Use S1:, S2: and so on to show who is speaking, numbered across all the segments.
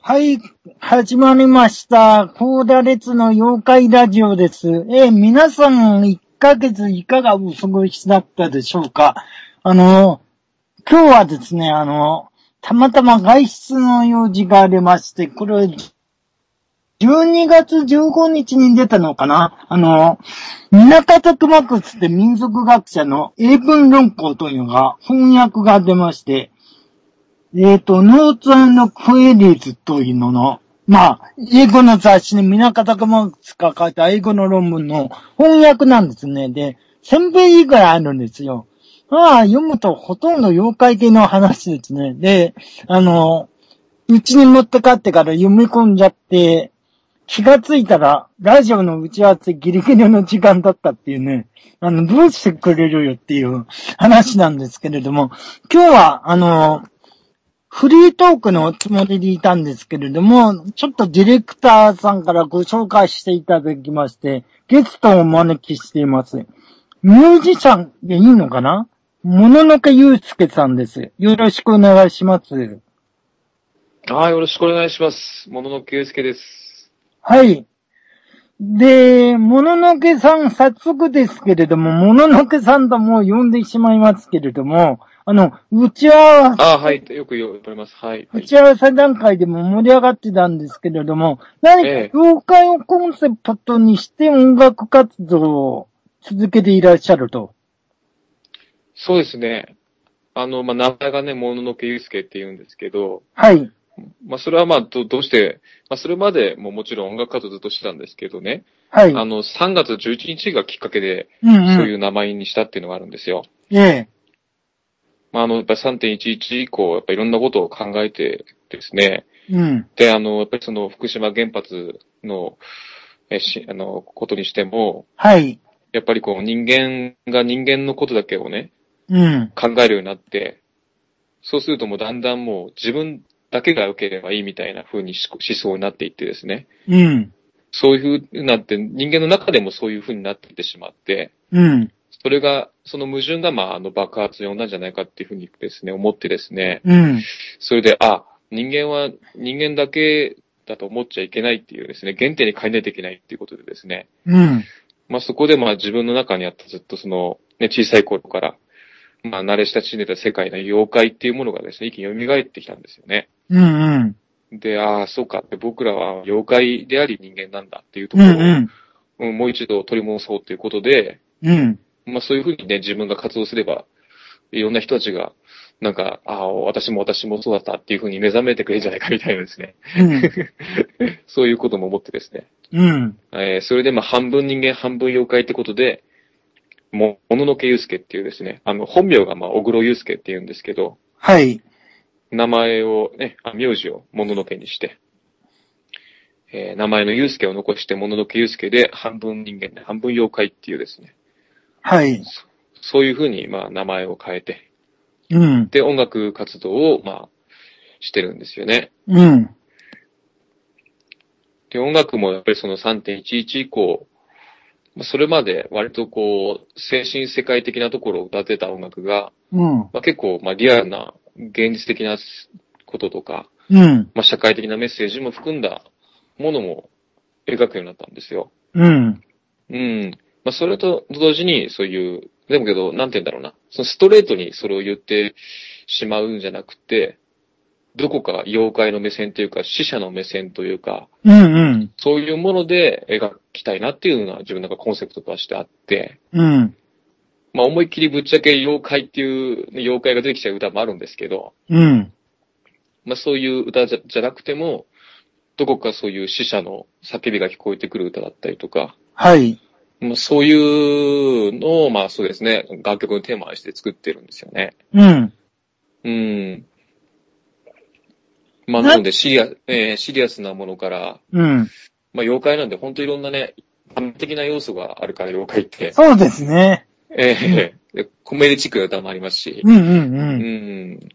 S1: はい、始まりました。コーダレツの妖怪ラジオです。えー皆さん1ヶ月いかがお過ごしだったでしょうかあの、今日はですね、あの、たまたま外出の用事がありまして、これ、12月15日に出たのかなあの、港特幕区つって民族学者の英文論考というのが翻訳が出まして、えっ、と、ノーツクエリーズというのの、まあ、英語の雑誌に港高松が書いた英語の論文の翻訳なんですね。で、1000ページぐらいあるんですよ。まあ、読むとほとんど妖怪系の話ですね。で、あの、うちに持って帰ってから読み込んじゃって、気がついたら、ラジオの打ち合わせギリギリの時間だったっていうね、あの、どうしてくれるよっていう話なんですけれども、今日は、あの、フリートークのつもりでいたんですけれども、ちょっとディレクターさんからご紹介していただきまして、ゲストをお招きしています。ミュージシャンでいいのかなもののけゆうすけさんです。よろしくお願いします。
S2: はい、よろしくお願いします。もののけゆうすけです。
S1: はい。で、もののけさん、早速ですけれども、もののけさんともう呼んでしまいますけれども、あの、打ち合わせ
S2: あはい、よく呼ばれます。はい。は
S1: 打
S2: い、
S1: ち合わせ段階でも盛り上がってたんですけれども、何
S2: ええ
S1: か妖怪をコンセプトにして音楽活動を続けていらっしゃると。
S2: そうですね。あの、まあ、名前がね、もののけゆうすけって言うんですけど、
S1: はい。
S2: まあ、それはまあ、どどうして、まあ、それまでももちろん音楽活動ずっとしてたんですけどね、
S1: はい。
S2: あの、3月11日がきっかけで、
S1: うんう
S2: そ
S1: ん。
S2: ういう名前にしたっていうのがあるんですよ。
S1: ええ。
S2: まあ、あの、やっぱり3.11以降、やっぱりいろんなことを考えてですね、
S1: うん。
S2: で、あの、やっぱりその、福島原発の、え、し、あの、ことにしても、
S1: はい。
S2: やっぱりこう人間が人間のことだけをね、
S1: うん。
S2: 考えるようになって、そうするともうだんだんもう自分だけが良ければいいみたいな風に思思想になっていってですね。
S1: うん。
S2: そういう風になって、人間の中でもそういう風になっていってしまって、
S1: うん。
S2: それが、その矛盾がまああの爆発を呼んだんじゃないかっていう風にですね、思ってですね。
S1: うん。
S2: それで、あ、人間は人間だけだと思っちゃいけないっていうですね、原点に変えないといけないっていうことでですね。
S1: うん。
S2: まあ、そこでまあ自分の中にあったずっとその、ね、小さい頃から、まあ、慣れ親しんでた世界の妖怪っていうものがですね、一気に蘇ってきたんですよね。
S1: うん。うん。
S2: で、ああ、そうかって、僕らは妖怪であり人間なんだっていうと
S1: う
S2: ころを、
S1: ん。
S2: うんもう一度取り戻そうということで、
S1: うん。
S2: まあ、そういうふうにね、自分が活動すれば、いろんな人たちが、なんか、ああ、私も私もそうだったっていうふうに目覚めてくれるんじゃないかみたいなですね。
S1: うん。
S2: そういうことも思ってですね。
S1: うん。
S2: えーそれでまあ半分人間半分妖怪ってことで、も、もののけゆうすけっていうですね、あの、本名がまあ、小黒ゆうすけっていうんですけど、
S1: はい。
S2: 名前をね、あ名字をもののけにして、えー名前のゆうすけを残して、もののけゆうすけで、半分人間で半分妖怪っていうですね、
S1: はい。
S2: そういうふうにまあ、名前を変えて、
S1: うん。
S2: で、音楽活動をまあ、してるんですよね。
S1: うん。
S2: で、音楽もやっぱりその3.11以降、まあそれまで割とこう、精神世界的なところを歌ってた音楽が、
S1: うん。
S2: まあ、結構まあリアルな現実的なこととか、
S1: うん。
S2: まあ、社会的なメッセージも含んだものも描くようになったんですよ。
S1: うん。
S2: うん。まあ、それと同時にそういう、でもけど、なんて言うんだろうな。そのストレートにそれを言ってしまうんじゃなくて、どこか妖怪の目線というか、死者の目線というか、
S1: うん。うん。
S2: そういうもので描きたいなっていうのが自分の中コンセプトとしてあって、
S1: うん。
S2: まあ思いっきりぶっちゃけ妖怪っていう、ね妖怪が出てきちゃう歌もあるんですけど、
S1: うん。
S2: まあそういう歌じゃじゃなくても、どこかそういう死者の叫びが聞こえてくる歌だったりとか、
S1: はい。
S2: まあそういうのを、まあそうですね、楽曲のテーマにして作ってるんですよね。
S1: うん。
S2: うん。まあ
S1: な
S2: なのでシリア、えーシリアスなものから、
S1: うん。
S2: まあ妖怪なんで本当いろんなね、完璧的な要素があるから妖怪って、
S1: そうですね。
S2: ええでコメディチックな歌もありますし、
S1: うんうん
S2: う
S1: うん。
S2: ん、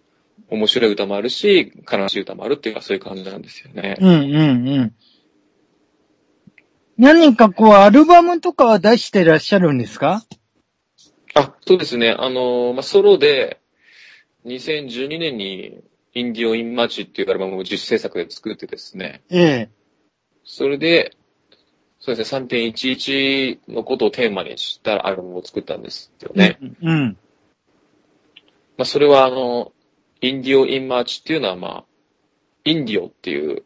S2: 面白い歌もあるし、悲しい歌もあるっていうか、そういう感じなんですよね。
S1: うんうんうん。何かこう、アルバムとかは出してらっしゃるんですか
S2: あ、そうですね。あのーまあ、ソロで、2012年に、インディオ・イン・マーチっていうアルバムを自主制作で作ってですね、
S1: ええ、
S2: それで、そうですね、3.11のことをテーマにしたアルバムを作ったんですよね。
S1: うん。うん。
S2: まあ、それはあの、インディオ・イン・マーチっていうのはまあ、インディオっていう、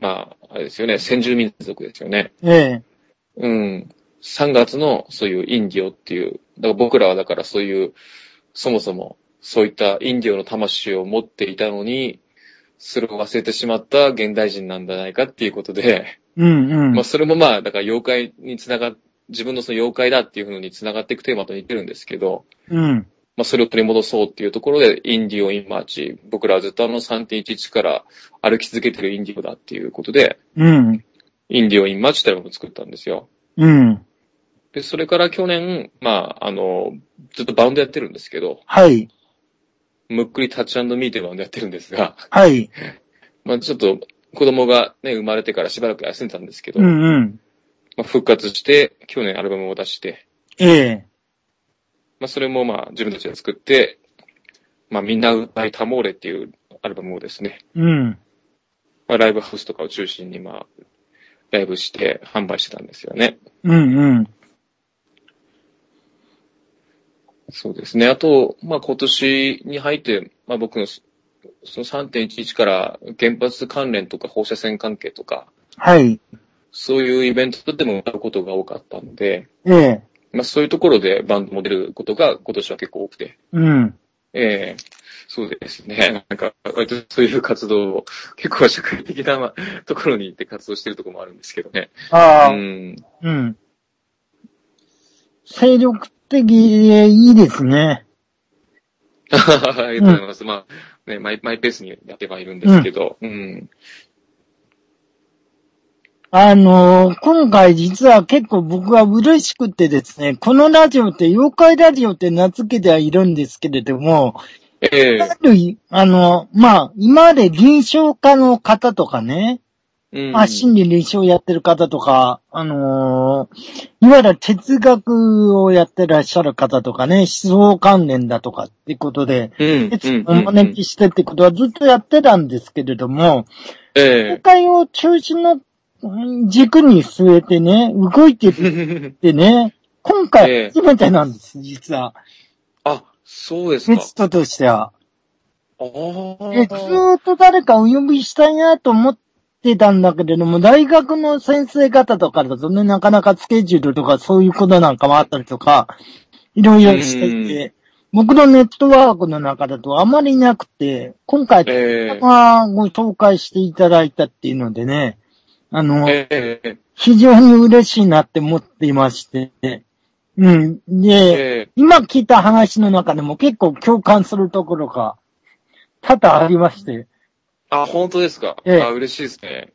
S2: まあ、あれですよね、先住民族ですよね。
S1: ええ、
S2: うん。3月のそういうインディオっていう、だから僕らはだからそういう、そもそもそういったインディオの魂を持っていたのに、それを忘れてしまった現代人なんじゃないかっていうことで、
S1: うん、うん。
S2: まあそれもまあ、だから妖怪につながっ、自分のその妖怪だっていう風につながっていくテーマと似てるんですけど、
S1: うん。
S2: まあそれを取り戻そうっていうところで、インディオ・イン・マーチ、僕らはずっとあの3.11から歩き続けてるインディオだっていうことで、
S1: うん。
S2: インディオ・イン・マーチってアルバムを作ったんですよ。
S1: うん。
S2: で、それから去年、まあ、あの、ずっとバンドやってるんですけど、
S1: はい。
S2: むっくりタッチミーというバンドやってるんですが、
S1: はい。
S2: まあちょっと子供がね、生まれてからしばらく休んでたんですけど、
S1: うん、うん。
S2: まあ、復活して、去年アルバムを出して、
S1: ええ、
S2: まあそれもまあ自分たちで作って、まあみんな歌いたもうれっていうアルバムをですね、
S1: うん。
S2: まあ、ライブハウスとかを中心にまあ、ライブして販売してたんですよね。
S1: うん、うん。
S2: そうですね。あと、まあ、今年に入って、まあ、僕の、そその3.11から原発関連とか放射線関係とか、
S1: はい。
S2: そういうイベントでも歌うことが多かったので、
S1: ええ、
S2: まあ、そういうところでバンドも出ることが今年は結構多くて、
S1: うん。
S2: ええそうですね。なんか、割とそういう活動を、結構社会的なまあところに行って活動してるところもあるんですけどね。
S1: ああ、
S2: うん。
S1: うん。精力的でいいですね。
S2: ありがとうございます。まあ、ね、マイ、マイペースにやってはいるんですけど、うん。
S1: あのー今回実は結構僕は嬉しくてですね、このラジオって妖怪ラジオって名付けてはいるんですけれども、
S2: ええ
S1: あるい、あの、まあ、今まで臨床家の方とかね、
S2: う ん。
S1: まあ、心理臨床やってる方とか、あのーいわゆる哲学をやってらっしゃる方とかね、思想関連だとかってことで、
S2: うん
S1: 哲学をお招きしてってことはずっとやってたんですけれども、世
S2: え
S1: 界を中心のうん軸に据えてね、動いてる
S2: え。
S1: ってね、今
S2: ええ
S1: 回初めてなんです、実は。
S2: あ、そうです
S1: ゲ
S2: か
S1: ス。トとしては。
S2: あ
S1: でず
S2: あ。
S1: ーっと誰かお呼びしたいなと思ってたんだけれども、大学の先生方とかだとね、なかなかスケジュールとかそういうことなんかもあったりとか、いろいろしていて、僕のネットワークの中だとあまりいなくて、今回、
S2: ええ。
S1: まあ、ご紹介していただいたっていうのでね、あの、
S2: ええ。
S1: 非常に嬉しいなって思っていまして、うん。で、
S2: ええ。
S1: 今聞いた話の中でも結構共感するところが多々ありまして、
S2: あ、本当ですか。
S1: ええ
S2: あ、嬉しいですね。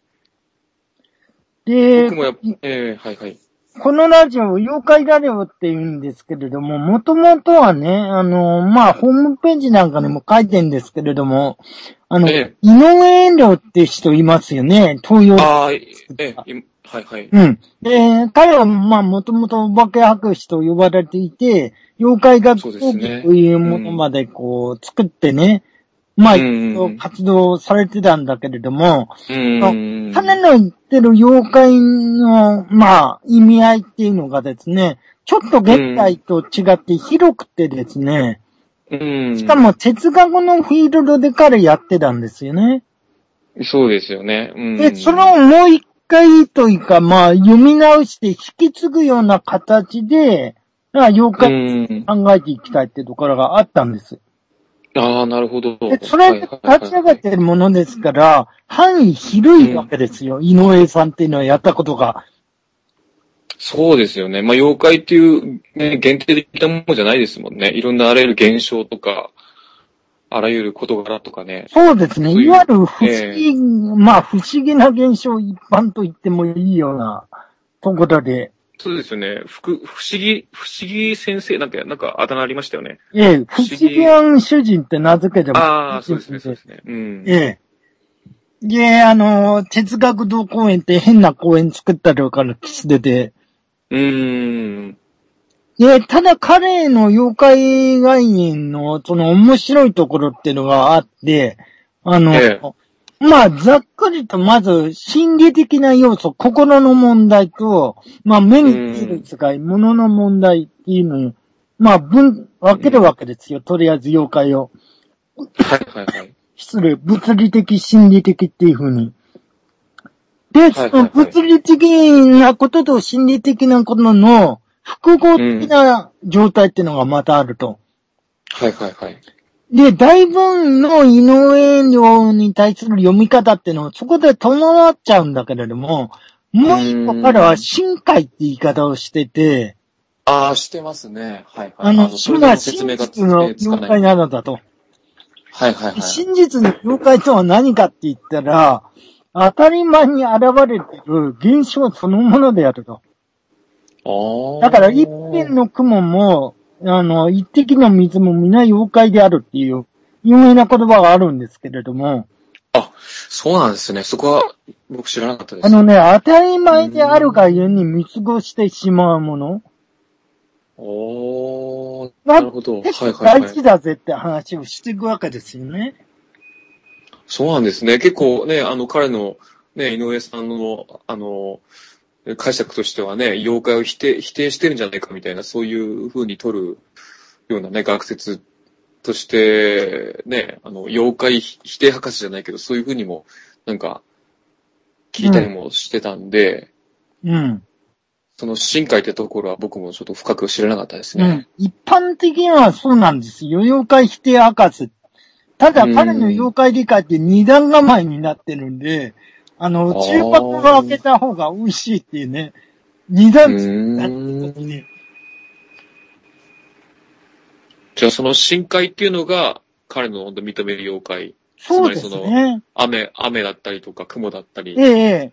S1: で
S2: 僕、もやっぱ、ええ、はいはい。
S1: このラジオ、妖怪ラジオって言うんですけれども、もともとはね、あの、まあ、ホームページなんかでも書いてんですけれども、あの、
S2: ええ
S1: 井上遠慮って人いますよね、東洋。
S2: ああ、ええ、いはいはい。
S1: うん。で、彼は、まあ、もともとお化け博士と呼ばれていて、妖怪学
S2: そうで
S1: 講
S2: す
S1: 義
S2: ね
S1: というものまでこう、作ってね、まあ、
S2: うん
S1: いろいろ活動されてたんだけれども、
S2: うん。
S1: 彼の言ってる妖怪の、まあ、意味合いっていうのがですね、ちょっと現代と違って広くてですね、
S2: うん。
S1: しかも哲学のフィールドで彼やってたんですよね。
S2: そうですよね。うん。
S1: で、それをもう一回というか、まあ、読み直して引き継ぐような形で、まあ妖
S2: う
S1: 怪
S2: ん。
S1: 考えていきたいってところがあったんです。
S2: ああ、なるほど。
S1: で、それで立ち上がってるものですから、範囲広いわけですよ。井上さんっていうのはやったことが。
S2: そうですよね。まあ、妖怪っていう、ね、限定的なものじゃないですもんね。いろんなあらゆる現象とか、あらゆる事柄とかね。
S1: そうですね。
S2: そういう
S1: いわゆる不思
S2: え
S1: 議、まあ不思議な現象一般と言ってもいいようなところで、
S2: そうですよね。ふく、不思議、不思議先生なんか、なんかあだ名ありましたよね。
S1: ええ、不
S2: 不
S1: 思
S2: 思議
S1: 議案主人って名付けても
S2: ああ、そうですね、そうですね。うん。
S1: ええ。で、あの、哲学堂公園って変な公園作ったりからしてて、
S2: うーん。
S1: で、ただ彼の妖怪概念のその面白いところっていうのがあって、あの、
S2: え
S1: まあ、ざっくりと、まず、心理的な要素、心の問題と、まあ、目についる使い、物の問題っていうのを、まあ、分、分けるわけですよ。とりあえず、妖怪を。
S2: はいはいはい。
S1: 失礼、物理的、心理的っていう風に。で、その物理的なことと心理的なことの複合的な状態っていうのがまたあると。
S2: はいはいはい。
S1: で、大文の井上量に対する読み方っていうのはそこで伴っちゃうんだけれども、もう一個彼は深海って言い方をしてて、
S2: ああ、してますね。はいはい。
S1: あの、
S2: そ
S1: そ
S2: れ
S1: れ
S2: でも
S1: が
S2: 説
S1: 真
S2: 明がつ
S1: 実の
S2: つか
S1: 妖
S2: な
S1: 怪
S2: い。
S1: なのだと。
S2: はいはいはい。
S1: 真実の妖怪とは何かって言ったら、当たり前に現れてる現象そのものであると。
S2: ああ。
S1: だから一辺の雲も、あの、一滴の水も皆妖怪であるっていう、有名な言葉があるんですけれども、
S2: そうなんですね。そこは僕知らなかったです。
S1: あのね、当たり前であるがゆえに見過ごしてしまうもの、
S2: おー、
S1: な
S2: なるほど。はい
S1: 結構
S2: はい
S1: 大
S2: はい
S1: 事。だぜって話をしていくわけですよね。
S2: そうなんですね。結構ね、あの、彼の、ね、井上さんの、あの、解釈としてはね、妖怪を否定、否定してるんじゃないかみたいな、そういう風に取るようなね、学説として、ね、あの、妖怪否定博士じゃないけど、そういう風にも、なんか、聞いたりもしてたんで、
S1: うん。
S2: その深海ってところは僕もちょっと深く知らなかったです
S1: う
S2: ね。
S1: ん。一般的にはそうなんですよ。妖怪否定博士。ただ
S2: うん
S1: 彼の妖怪理解って二段構えになってるんで、あの、
S2: あー
S1: 中箱を開けた方が美味しいっていうね、二段
S2: う
S1: になって
S2: ーん
S1: るね。
S2: じゃあその深海っていうのが彼の本当認める妖怪。
S1: そうです
S2: つまり
S1: ね。
S2: 雨、雨だったりとか雲だったり。
S1: ええ。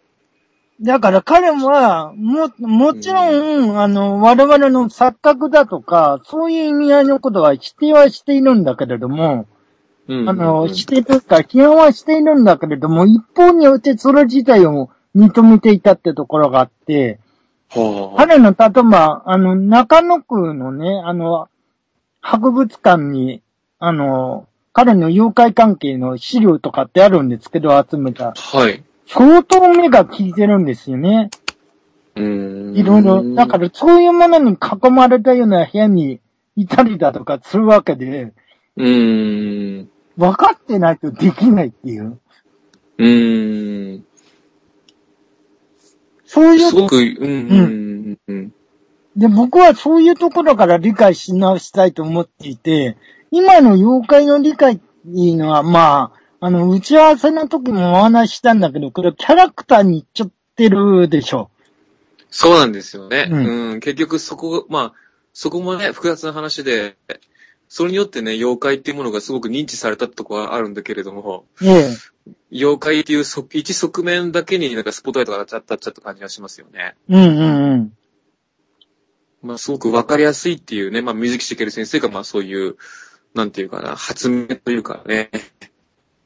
S1: だから彼は、も、もちろん、あの、我々の錯覚だとか、そういう意味合いのことは否定はしているんだけれども、
S2: うんうんうん
S1: あの、否定というか、批判はしているんだけれども、一方によってそれ自体を認めていたってところがあって、
S2: はあ、
S1: 彼の、例えば、あの、中野区のね、あの、博物館に、あの、彼の妖怪関係の資料とかってあるんですけど、集めた。
S2: はい。
S1: 相当目が効いてるんですよね。
S2: うーん。。
S1: いろいろ。だからら、そういうものに囲まれたような部屋にいたりだとかするわけで、
S2: うーん。
S1: 分かってないとできないっていう。
S2: うーん。
S1: そういう
S2: すごく、うん。うん。うん。
S1: で、僕はそういうところから理解し直したいと思っていて、今の妖怪の理解っていうのは、まあ、あの、打ち合わせの時もお話ししたんだけど、これキャラクターにいっちゃってるでしょ。
S2: そうなんですよね。
S1: う
S2: うんん。結局そこ、まあ、そこもね、複雑な話で、それによってね、妖怪っていうものがすごく認知されたってとこはあるんだけれども、
S1: ええ。
S2: 妖怪っていう側一側面だけになんかスポットライトが当たっちゃった感じがしますよね。
S1: うんうんうん。
S2: まあすごくわかりやすいっていうね、まあ水木しげる先生がまあそういう、なんていうかな、発明というかね、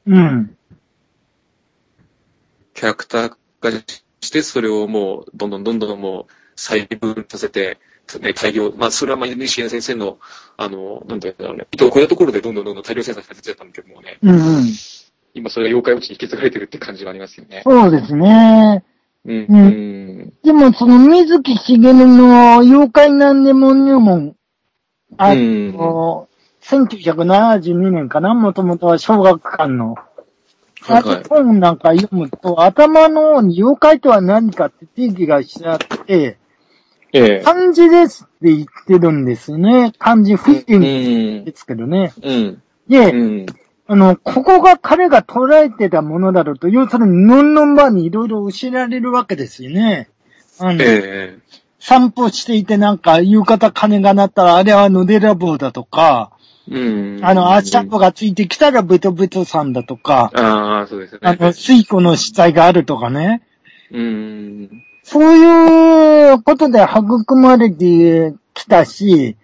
S1: うん。
S2: キャラクター化してそれをもうどんどんどんどんもう細分させて、ね、大量、まあそれはまあ水木しげる先生の、あの、なんていうんだろうね、意図を超えたところでどんどんどんどん大量生産されちゃったんだけどもね、
S1: うんうん。
S2: 今それが妖怪落ちに引き継がれてるって感じがありますよね。
S1: そうですね。
S2: うん。
S1: うん
S2: うん。
S1: でも、その水木しげるの妖怪なんでも入門、あ
S2: うん
S1: の、1972年かな、もともとは小学館の。
S2: は
S1: あ
S2: いは
S1: と
S2: い。
S1: 本なんか読むと、頭の方に妖怪とは何かって定義がしてあって、
S2: ええ。
S1: 漢字ですって言ってるんですね。漢字フィ
S2: う
S1: リン
S2: ん。
S1: ですけどね。
S2: うん。う
S1: で、
S2: ん。
S1: あの、ここが彼が捉えてたものだろうと、要するにノンノンバーにいろいろ教えられるわけですよね。あの、
S2: ええ
S1: 散歩していてなんか夕方鐘が鳴ったらあれは野寺棒だとか、
S2: うん。
S1: あの、足跡がついてきたらベトベトさんだとか、
S2: ああ、そうですね。
S1: あの、水庫の死体があるとかね。
S2: うん。
S1: そういうことで育まれてきたし、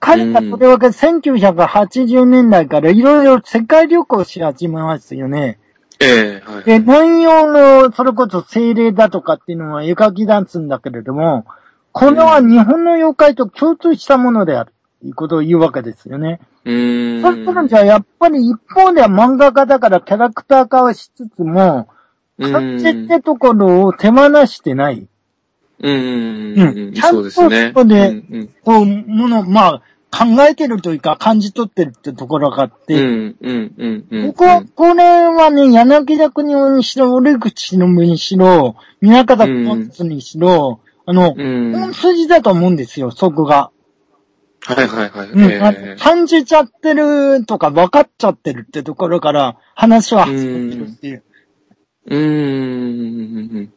S1: 彼がとりわけ1980年代からいろいろ世界旅行し始めますよね。
S2: ええはい。
S1: で、南洋の、それこそ精霊だとかっていうのは絵描きダンスんだけれども、これは日本の妖怪と共通したものである。いうことを言うわけですよね。
S2: うーん。
S1: そういうことじゃ、やっぱり一方では漫画家だからキャラクター化はしつつも、感じっ
S2: う
S1: てところを手放してない。
S2: ーん。う
S1: うん
S2: ん。
S1: ちゃんと
S2: そうですね。
S1: そこで
S2: うん。
S1: こう、もの、まあ、考えてるというか、感じ取ってるってところがあっ
S2: うん。う
S1: て、
S2: ん。うんうん。うん。
S1: 僕は、これはね、柳田国にしろ、折口のにしろ、宮方小津にしろ、あの、
S2: うん。は
S1: 本筋だと思うんですよ、そこが。
S2: いはいはい。
S1: うん、あ
S2: え
S1: の感じちゃってるとか分かっちゃってるってところから話は始めてるっていう。
S2: えうーん。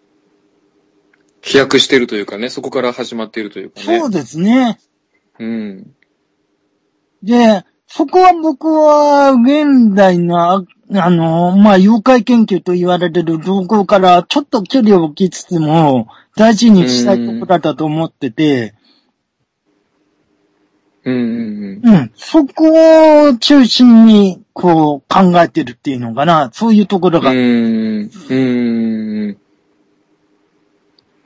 S2: 飛躍してるというかね、そこから始まっているというかね。
S1: そうですね。
S2: うん。
S1: で、そこは僕は現代の、ああの、まあ、妖怪研究と言われてる動向からちょっと距離を置きつつも大事にしたいところだったと思ってて、
S2: うんうん
S1: うん、そこを中心にこう考えてるっていうのかな、そういうところ
S2: うん。う
S1: が。
S2: ん。うん。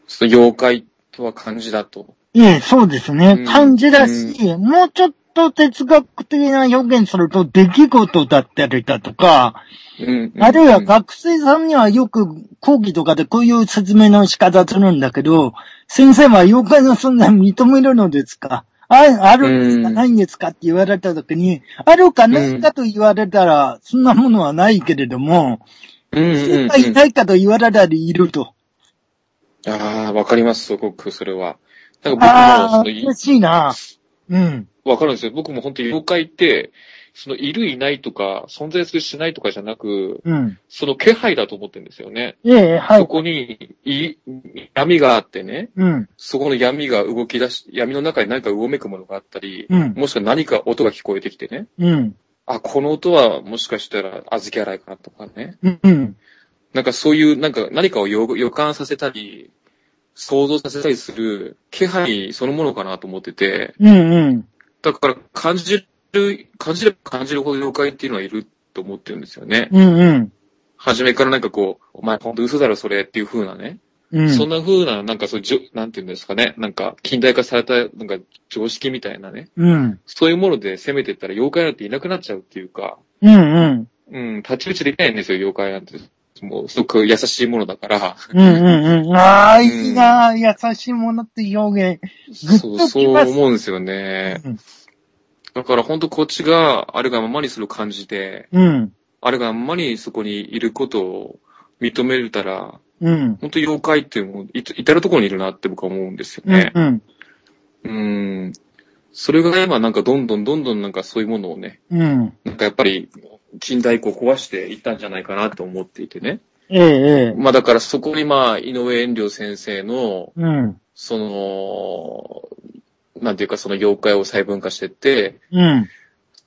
S2: ちょっと妖怪とは感じだと。
S1: ええ、そうですね
S2: うん。
S1: 感じだし、もうちょっと哲学的な表現すると、出来事だったりだとか、
S2: うん。
S1: あるいは学生さんにはよく講義とかでこういう説明の仕方するんだけど、先生は妖怪の存在認めるのですかああるんですか
S2: うん
S1: ないんですかって言われた時に、あるかないかと言われたら、そんなものはないけれども、
S2: うんうんうん
S1: いいないかと言われたりいると。
S2: ああ、わかります、すごく、それは。なんか
S1: ああ、
S2: 僕も、そ
S1: 嬉
S2: の
S1: しいな。うん。
S2: わかるんですよ。僕も本当に妖怪って、その、いるいないとか、存在するしないとかじゃなく、
S1: うん。
S2: その気配だと思ってるんですよね。
S1: ええ、は
S2: そ
S1: い。
S2: こに、い、闇があってね、
S1: うん。
S2: そこの闇が動き出し、闇の中に何かうごめくものがあったり、
S1: うん。
S2: もしくは何か音が聞こえてきてね、
S1: うん。
S2: あ、この音はもしかしたら、あずき洗いかなとかね。
S1: うん。
S2: なんかそういう、なんか何かを予予感させたり、想像させたりする気配そのものかなと思ってて、
S1: うん。うん。
S2: だから感じる、感じれば感じるほど妖怪っていうのはいると思ってるんですよね。
S1: うん。うん。
S2: 初めからなんかこう、お前ほんと嘘だろそれっていう風なね。
S1: うん。
S2: そんな風な、なんかそうじょ、なんていうんですかね。なんか近代化された、なんか常識みたいなね。
S1: うん。
S2: そういうもので攻めてったら妖怪なんていなくなっちゃうっていうか、
S1: うん。うん。
S2: うん、立ち打ちできないんですよ、妖怪なんて。もう、すごく優しいものだから。
S1: うん。うん。ああ、いいな優しいものって表現。っ
S2: そ
S1: とき
S2: う、
S1: ます
S2: そう思うんですよね。
S1: うん
S2: だから本当こっちがあるがままにする感じで、
S1: うん。
S2: あるがままにそこにいることを認めれたら、
S1: うん。
S2: 本当妖怪っていうのもいつ至るところにいるなって僕は思うんですよ
S1: うん
S2: ね。。
S1: うん。
S2: うん。それが今なんかどんどんどんどんなんかそういうものをね、
S1: うん。
S2: なんかやっぱり近代以降壊していったんじゃないかなと思っていてね。
S1: ええ、ええ。
S2: まあだからそこにまあ井上遠慮先生の、
S1: うん。
S2: その、なんていうかその妖怪を細分化してって、
S1: うん。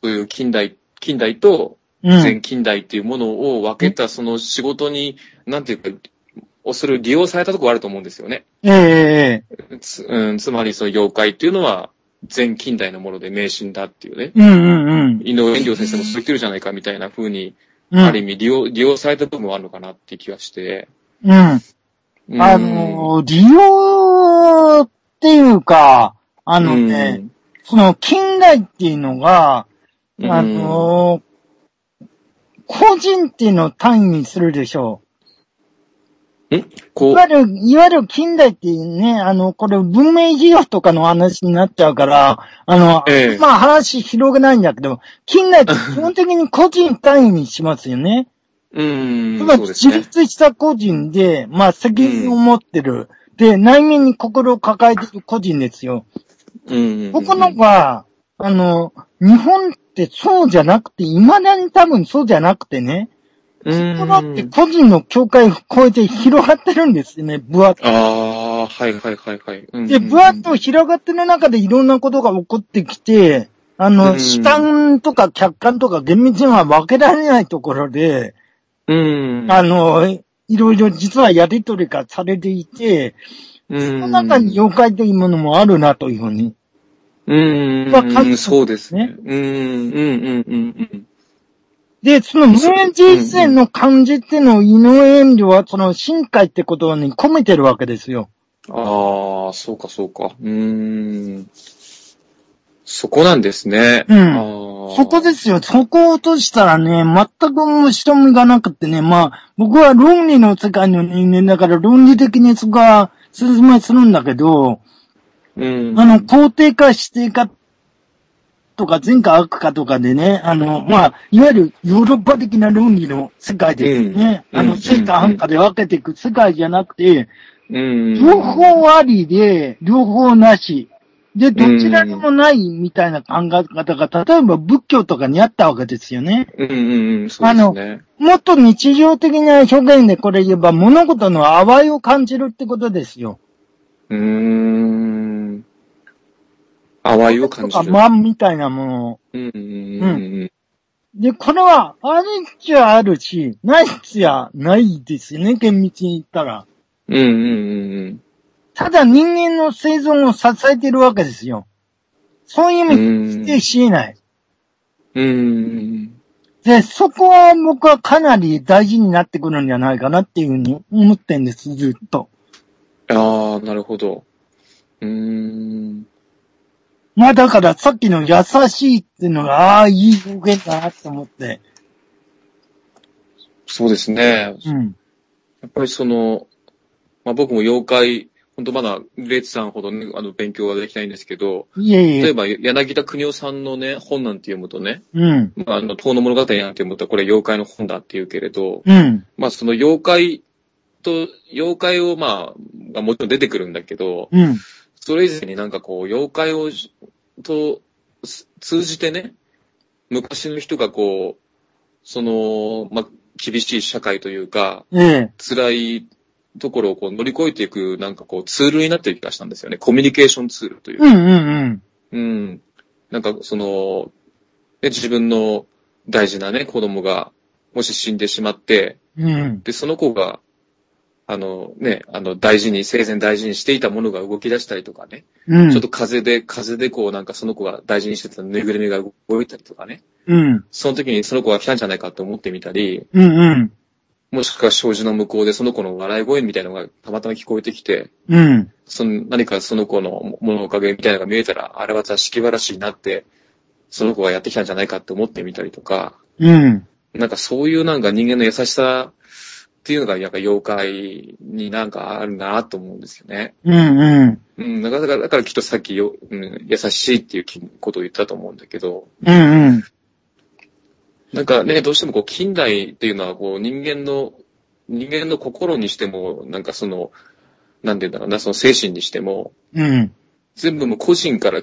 S2: そういう近代、近代と
S1: うん。
S2: 全近代っていうものを分けたその仕事に、なんていうか、をする利用されたところあると思うんですよね。
S1: ええ、ええ。
S2: つ,、うん、つまりその妖怪っていうのは全近代のもので迷信だっていうね。
S1: うん。うん。
S2: 井上遠慮先生もそう言ってるじゃないかみたいな風に、
S1: うん。
S2: ある意味利用、利用された部分もあるのかなっていう気がして。
S1: うん。
S2: うん
S1: あの、利用っていうか、あのね、、その近代っていうのが、
S2: うん
S1: あ、のー個人っていうのを単位にするでしょう。
S2: こ
S1: いうわ、ゆる、いわゆる近代っていうね、あの、これ文明事業とかの話になっちゃうから、あの、
S2: ええ
S1: まあ話広げないんだけど、近 代って基本的に個人単位にしますよね。
S2: うん、
S1: つまり
S2: そうです
S1: 自
S2: ね。
S1: 立した個人で、まあ責任を持ってる。で、内面に心を抱えてる個人ですよ。
S2: うん。
S1: 僕のは、あの、日本ってそうじゃなくて、未だに多分そうじゃなくてね、
S2: うん
S1: ところって個人の境界を超えて広がってるんですよね、ぶわっと。
S2: ああ、はいはいはいはい。うん
S1: で、ぶわっと広がってる中でいろんなことが起こってきて、あ
S2: う
S1: の、
S2: ん
S1: 主観とか客観とか厳密には分けられないところで、
S2: うん。
S1: あの、いろいろ実はやりとりがされていて、
S2: うん、
S1: そ
S2: そ
S1: の中に妖怪というものもあるなというふうに。
S2: う
S1: は感じた
S2: ー
S1: んで
S2: ん、
S1: す
S2: そうです
S1: ね
S2: ね。うーん、うん、うん、うん、
S1: で、その無縁人生の感じっていうのを井上遠慮は、その深海って言葉に込めてるわけですよ。
S2: うん。ああ、そうか、そうか。うーん。そこなんですね。
S1: うん
S2: あー
S1: そこですよ。そこを落としたらね、全く面白みがなくてね、まあ、僕は論理の世界の人間だから論理的にそこは説明するんだけど、
S2: うん。
S1: あの、肯定か否定かとか、善か悪かとかでね、あの、まあ、いわゆるヨーロッパ的な論理の世界ですね。
S2: うん
S1: あ
S2: う
S1: の、
S2: ん
S1: 正か反かで分けていく世界じゃなくて、
S2: うん。
S1: 両方ありで、両方なし。で、どちらにもないみたいな考え方が、例えば仏教とかにあったわけですよね。
S2: うんうんうん、そうですね。
S1: もっと日常的な表現でこれ言えば、物事の淡いを感じるってことですよ。
S2: うーん。淡いを感じ
S1: と
S2: る。
S1: か、まんみたいなものを。
S2: うんうんうん
S1: で、これは、あるっちゃあるし、ないっちゃないですよね、厳密に言ったら。
S2: うん。うんうんうん
S1: ただ人間の生存を支えてるわけですよ。そういう
S2: う
S1: 意味、
S2: ん
S1: 否定し得ない。
S2: うん。うん。
S1: で、そこは僕はかなり大事になってくるんじゃないかなっていうふうに思ってんです、ずっと。
S2: ああ、なるほど。うーん。
S1: まあだからさっきの優しいっていうのが、ああ、いい表現だなって思って。
S2: そうですね。
S1: うん。
S2: やっぱりその、まあ、僕も妖怪、本当まだ、レイツさんほどね、あの、勉強はできないんですけど、
S1: いえい
S2: 例え
S1: え。
S2: ば、柳田邦夫さんのね、本なんて読むとね、
S1: うん。
S2: まあ、あの、遠の物語なんて読むと、これ妖怪の本だって言うけれど、
S1: うん。
S2: まあ、その妖怪と、妖怪をまあ、がもちろん出てくるんだけど、
S1: うん。
S2: それ以前になんかこう、妖怪をし、と、す通じてね、昔の人がこう、その、まあ、厳しい社会というか、
S1: ええ。
S2: 辛いところをこう乗り越えていく、なんかこう、ツールになってる気がしたんですよね。コミュニケーションツールという
S1: う。んうん
S2: うん。なんかその、ね自分の大事なね、子供が、もし死んでしまって、
S1: うん。うん。
S2: で、その子が、あのね、あの、大事に、生前大事にしていたものが動き出したりとかね、
S1: うん。
S2: ちょっと風で、風でこうなんかその子が大事にしてたぬいぐるみが動いたりとかね。
S1: うん。
S2: その時にその子が来たんじゃないかって思ってみたり、
S1: うんうん。
S2: もしくは障子の向こうでその子の笑い声みたいなのがたまたま聞こえてきて、
S1: うん。
S2: その何かその子の物の影みたいなのが見えたら、あれは座敷わらしになって、その子がやってきたんじゃないかって思ってみたりとか、
S1: うん。
S2: なんかそういうなんか人間の優しさっていうのがなんか妖怪になんかあるなと思うんですよね。
S1: うんうん。
S2: うん、だから、だからきっとさっきよ、うん、優しいっていうきことを言ったと思うんだけど、
S1: うんうん。
S2: なんかね、どうしてもこう近代っていうのはこう人間の、人間の心にしても、なんかその、なんて言うんだろうな、その精神にしても、
S1: うん。
S2: 全部もう個人から、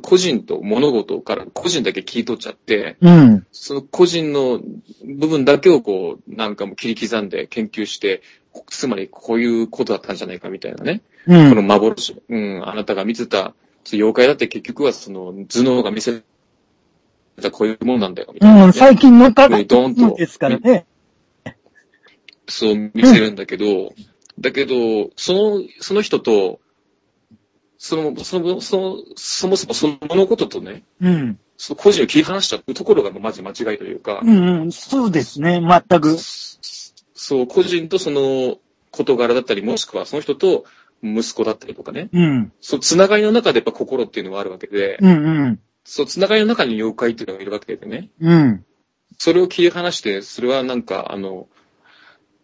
S2: 個人と物事から個人だけ切り取っちゃって、
S1: うん。
S2: その個人の部分だけをこう、なんかもう切り刻んで研究して、こつまりこういうことだったんじゃないかみたいなね。
S1: う
S2: この
S1: ん。
S2: 幻、うん、あなたが見てた、その妖怪だって結局はその頭脳が見せたこういうもんなんだよ、みたいなね、
S1: うん、最近の科
S2: こう
S1: 学
S2: いうドーンと
S1: ですからね。
S2: そう見せるんだけど、だけど、その、その人と、その、その、その、そもそもその物事とね、
S1: うん。
S2: その個人を切り離しちゃうところがもうまず間違いというか、
S1: うんうん、そうですね、全く。
S2: そう、個人とその事柄だったり、もしくはその人と息子だったりとかね、
S1: うん。
S2: そう、つながりの中でやっぱ心っていうのはあるわけで、
S1: うんうん。
S2: そう、つながりの中に妖怪っていうのがいるわけでね、
S1: うん。
S2: それを切り離して、それはなんか、あの、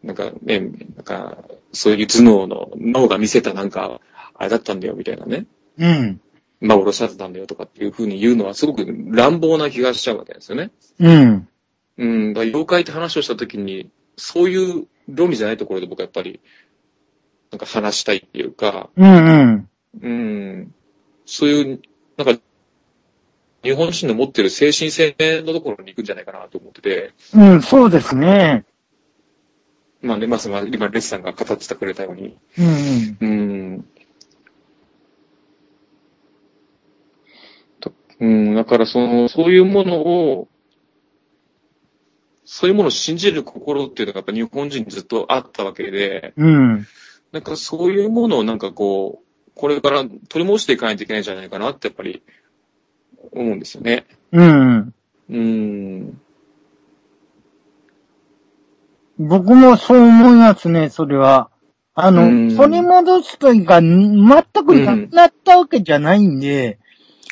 S2: なんかね、なんか、そういう頭脳の、脳が見せたなんか、あれだったんだよ、みたいなね。
S1: うん。
S2: 幻だったんだよとかっていう風に言うのはすごく乱暴な気がしちゃうわけですよね。
S1: うん。
S2: うん、だから妖怪って話をした時に、そういう論理じゃないところで僕はやっぱり、なんか話したいっていうか、
S1: うんうん。
S2: うん、そういう、なんか、日本人の持ってる精神性のところに行くんじゃないかなと思ってて、
S1: うん、そうですね。
S2: まあね、まあ、その今、レスさんが語ってくれたように。
S1: うん。
S2: うん。とうん、だから、その、そういうものを、そういうものを信じる心っていうのがやっぱ日本人にずっとあったわけで、
S1: うん。
S2: なんかそういうものをなんかこう、これから取り戻していかないといけないんじゃないかなってやっぱり思うんですよね。
S1: うん。
S2: うん。
S1: 僕もそう思いますね、それは。あ
S2: うん
S1: の、取り戻すというか、全くなくなったわけじゃないんで、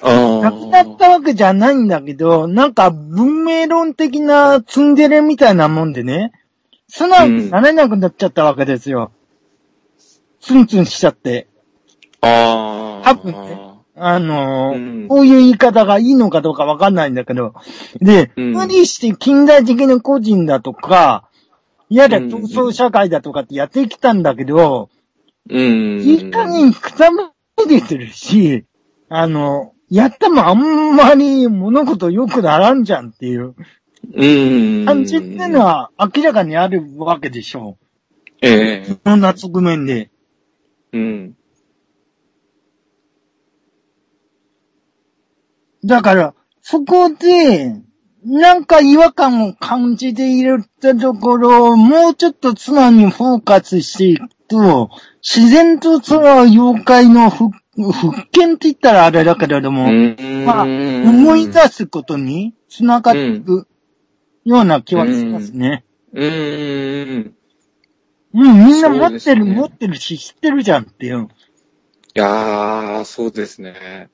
S2: あ
S1: 亡くなったわけじゃないんだけど、なんか文明論的なツンデレみたいなもんでね、素直になれなくなっちゃったわけですよ。ツンツンしちゃって。
S2: あ
S1: 多
S2: あ。
S1: 分ねあのー
S2: うん
S1: こういう言い方がいいのかどうかわかんないんだけど、で、
S2: うん
S1: 無理して近代的な個人だとか、いやだ競争社会だとかってやってきたんだけど、
S2: うん。
S1: いい加減くたばれてるし、あの、やってもあんまり物事良くならんじゃんっていう
S2: うん。
S1: 感じっていうのは明らかにあるわけでしょ
S2: ええ
S1: う。そんな側面で。
S2: うん。
S1: だから、そこで、なんか違和感を感じているってところを、もうちょっと妻にフォーカスしていくと、自然とその妖怪の復復権って言ったらあれだけれども、まあ、思い出すことに繋がっていくような気はしますね。
S2: うんうん。
S1: うん、みんな持
S2: そう
S1: っ
S2: で
S1: て
S2: す
S1: る、
S2: ね
S1: 持ってるし、知ってるじゃんっていう。
S2: いやー、そうですね。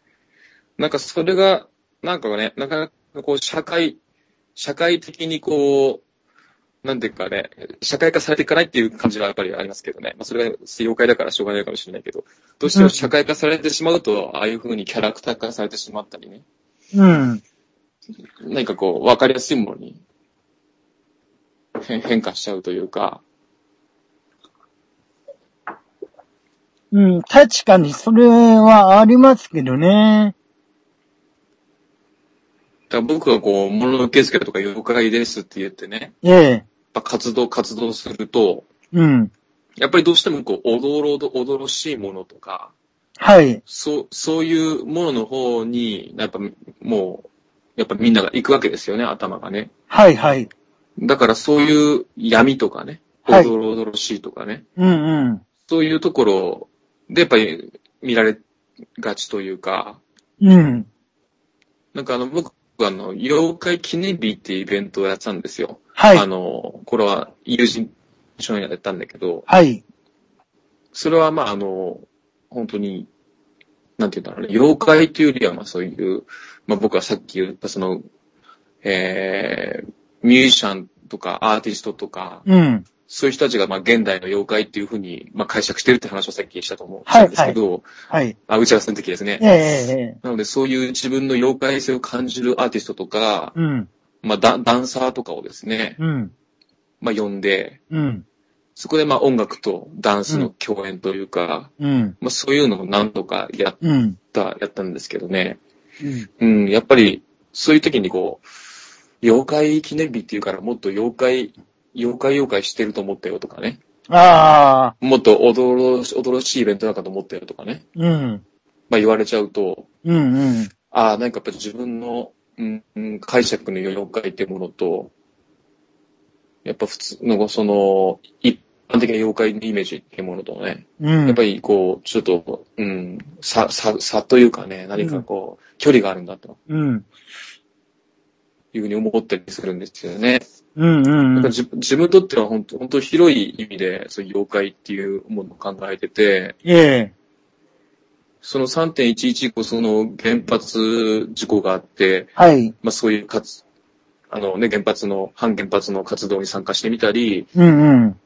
S2: なんかそれが、なんかね、なかなかこう社会、社会的にこう、なんていうかね、社会化されていかないっていう感じはやっぱりありますけどね。まあそれが妖怪だからしょうがないかもしれないけど、どうしても社会化されてしまうと、ああいう風にキャラクター化されてしまったりね。
S1: うん。
S2: 何かこう、わかりやすいものに変変化しちゃうというか、
S1: うん、確かにそれはありますけどね。
S2: だから僕がこう、もののけづけとか妖怪ですって言ってね、
S1: ええ。
S2: やっぱ活動、活動すると、
S1: うん。や
S2: やっぱりどうしてもこう、おどろど、おどろしいものとか、
S1: はい。
S2: そう、そういうものの方に、やっぱもう、やっぱみんなが行くわけですよね、頭がね。
S1: はいはい。
S2: だからそういう闇とかね、
S1: は
S2: お
S1: い
S2: どろおどろしいとかね、
S1: うんうん。
S2: そういうところでやっぱり見られがちというか、
S1: うん。
S2: なんかあの、僕はあの、妖怪記念日っていうイベントをやってたんですよ。
S1: は
S2: あ
S1: い。
S2: の、これは友人一緒にやったんだけど、
S1: はい。
S2: それはまああの、本当に、なんて言うんだろうね、妖怪というよりはまあそういう、まあ僕はさっき言ったその、えー、ミュージシャンとかアーティストとか、
S1: うん。
S2: そういう人たちがまあ現代の妖怪っていうふうにまあ解釈してるって話をさっきしたと思うんですけど、
S1: はい。
S2: あ、打ち合わせの時ですね。
S1: ええええ。
S2: なので、そういう自分の妖怪性を感じるアーティストとか、
S1: うん。
S2: まあ、ダダンサーとかをですね、
S1: うん。
S2: まあ、呼んで、
S1: うん。
S2: そこでまあ、音楽とダンスの共演というか、
S1: うん。
S2: まあ、そういうのを何度かやっ
S1: うん。
S2: た、やったんですけどね。
S1: うん。
S2: うん、やっぱり、そういう時にこう、妖怪記念日っていうから、もっと妖怪、妖怪妖怪してると思ったよとかね。
S1: ああ。
S2: もっと驚ろし、驚ろしいイベントなんかと思ったよとかね。
S1: うん。
S2: まあ、言われちゃうと、
S1: うんうん。
S2: ああ、なんかやっぱ自分の、うんうん、解釈の妖怪ってものと、やっぱ普通の、その、一般的な妖怪のイメージってものとね、
S1: うん。
S2: やっぱりこう、ちょっと、うん、さ、さ、差というかね、何かこう、距離があるんだと
S1: うん。
S2: いうふうに思ったりするんですよね。
S1: うんうん
S2: だ
S1: う
S2: から
S1: ん。
S2: 自自分にとっては本当、本当広い意味で、そういう妖怪っていうものを考えてて、
S1: ええ。
S2: その3.11以降、その原発事故があって、
S1: はい。
S2: まあそういうかつ、あのね、原発の、反原発の活動に参加してみたり、
S1: うんうん。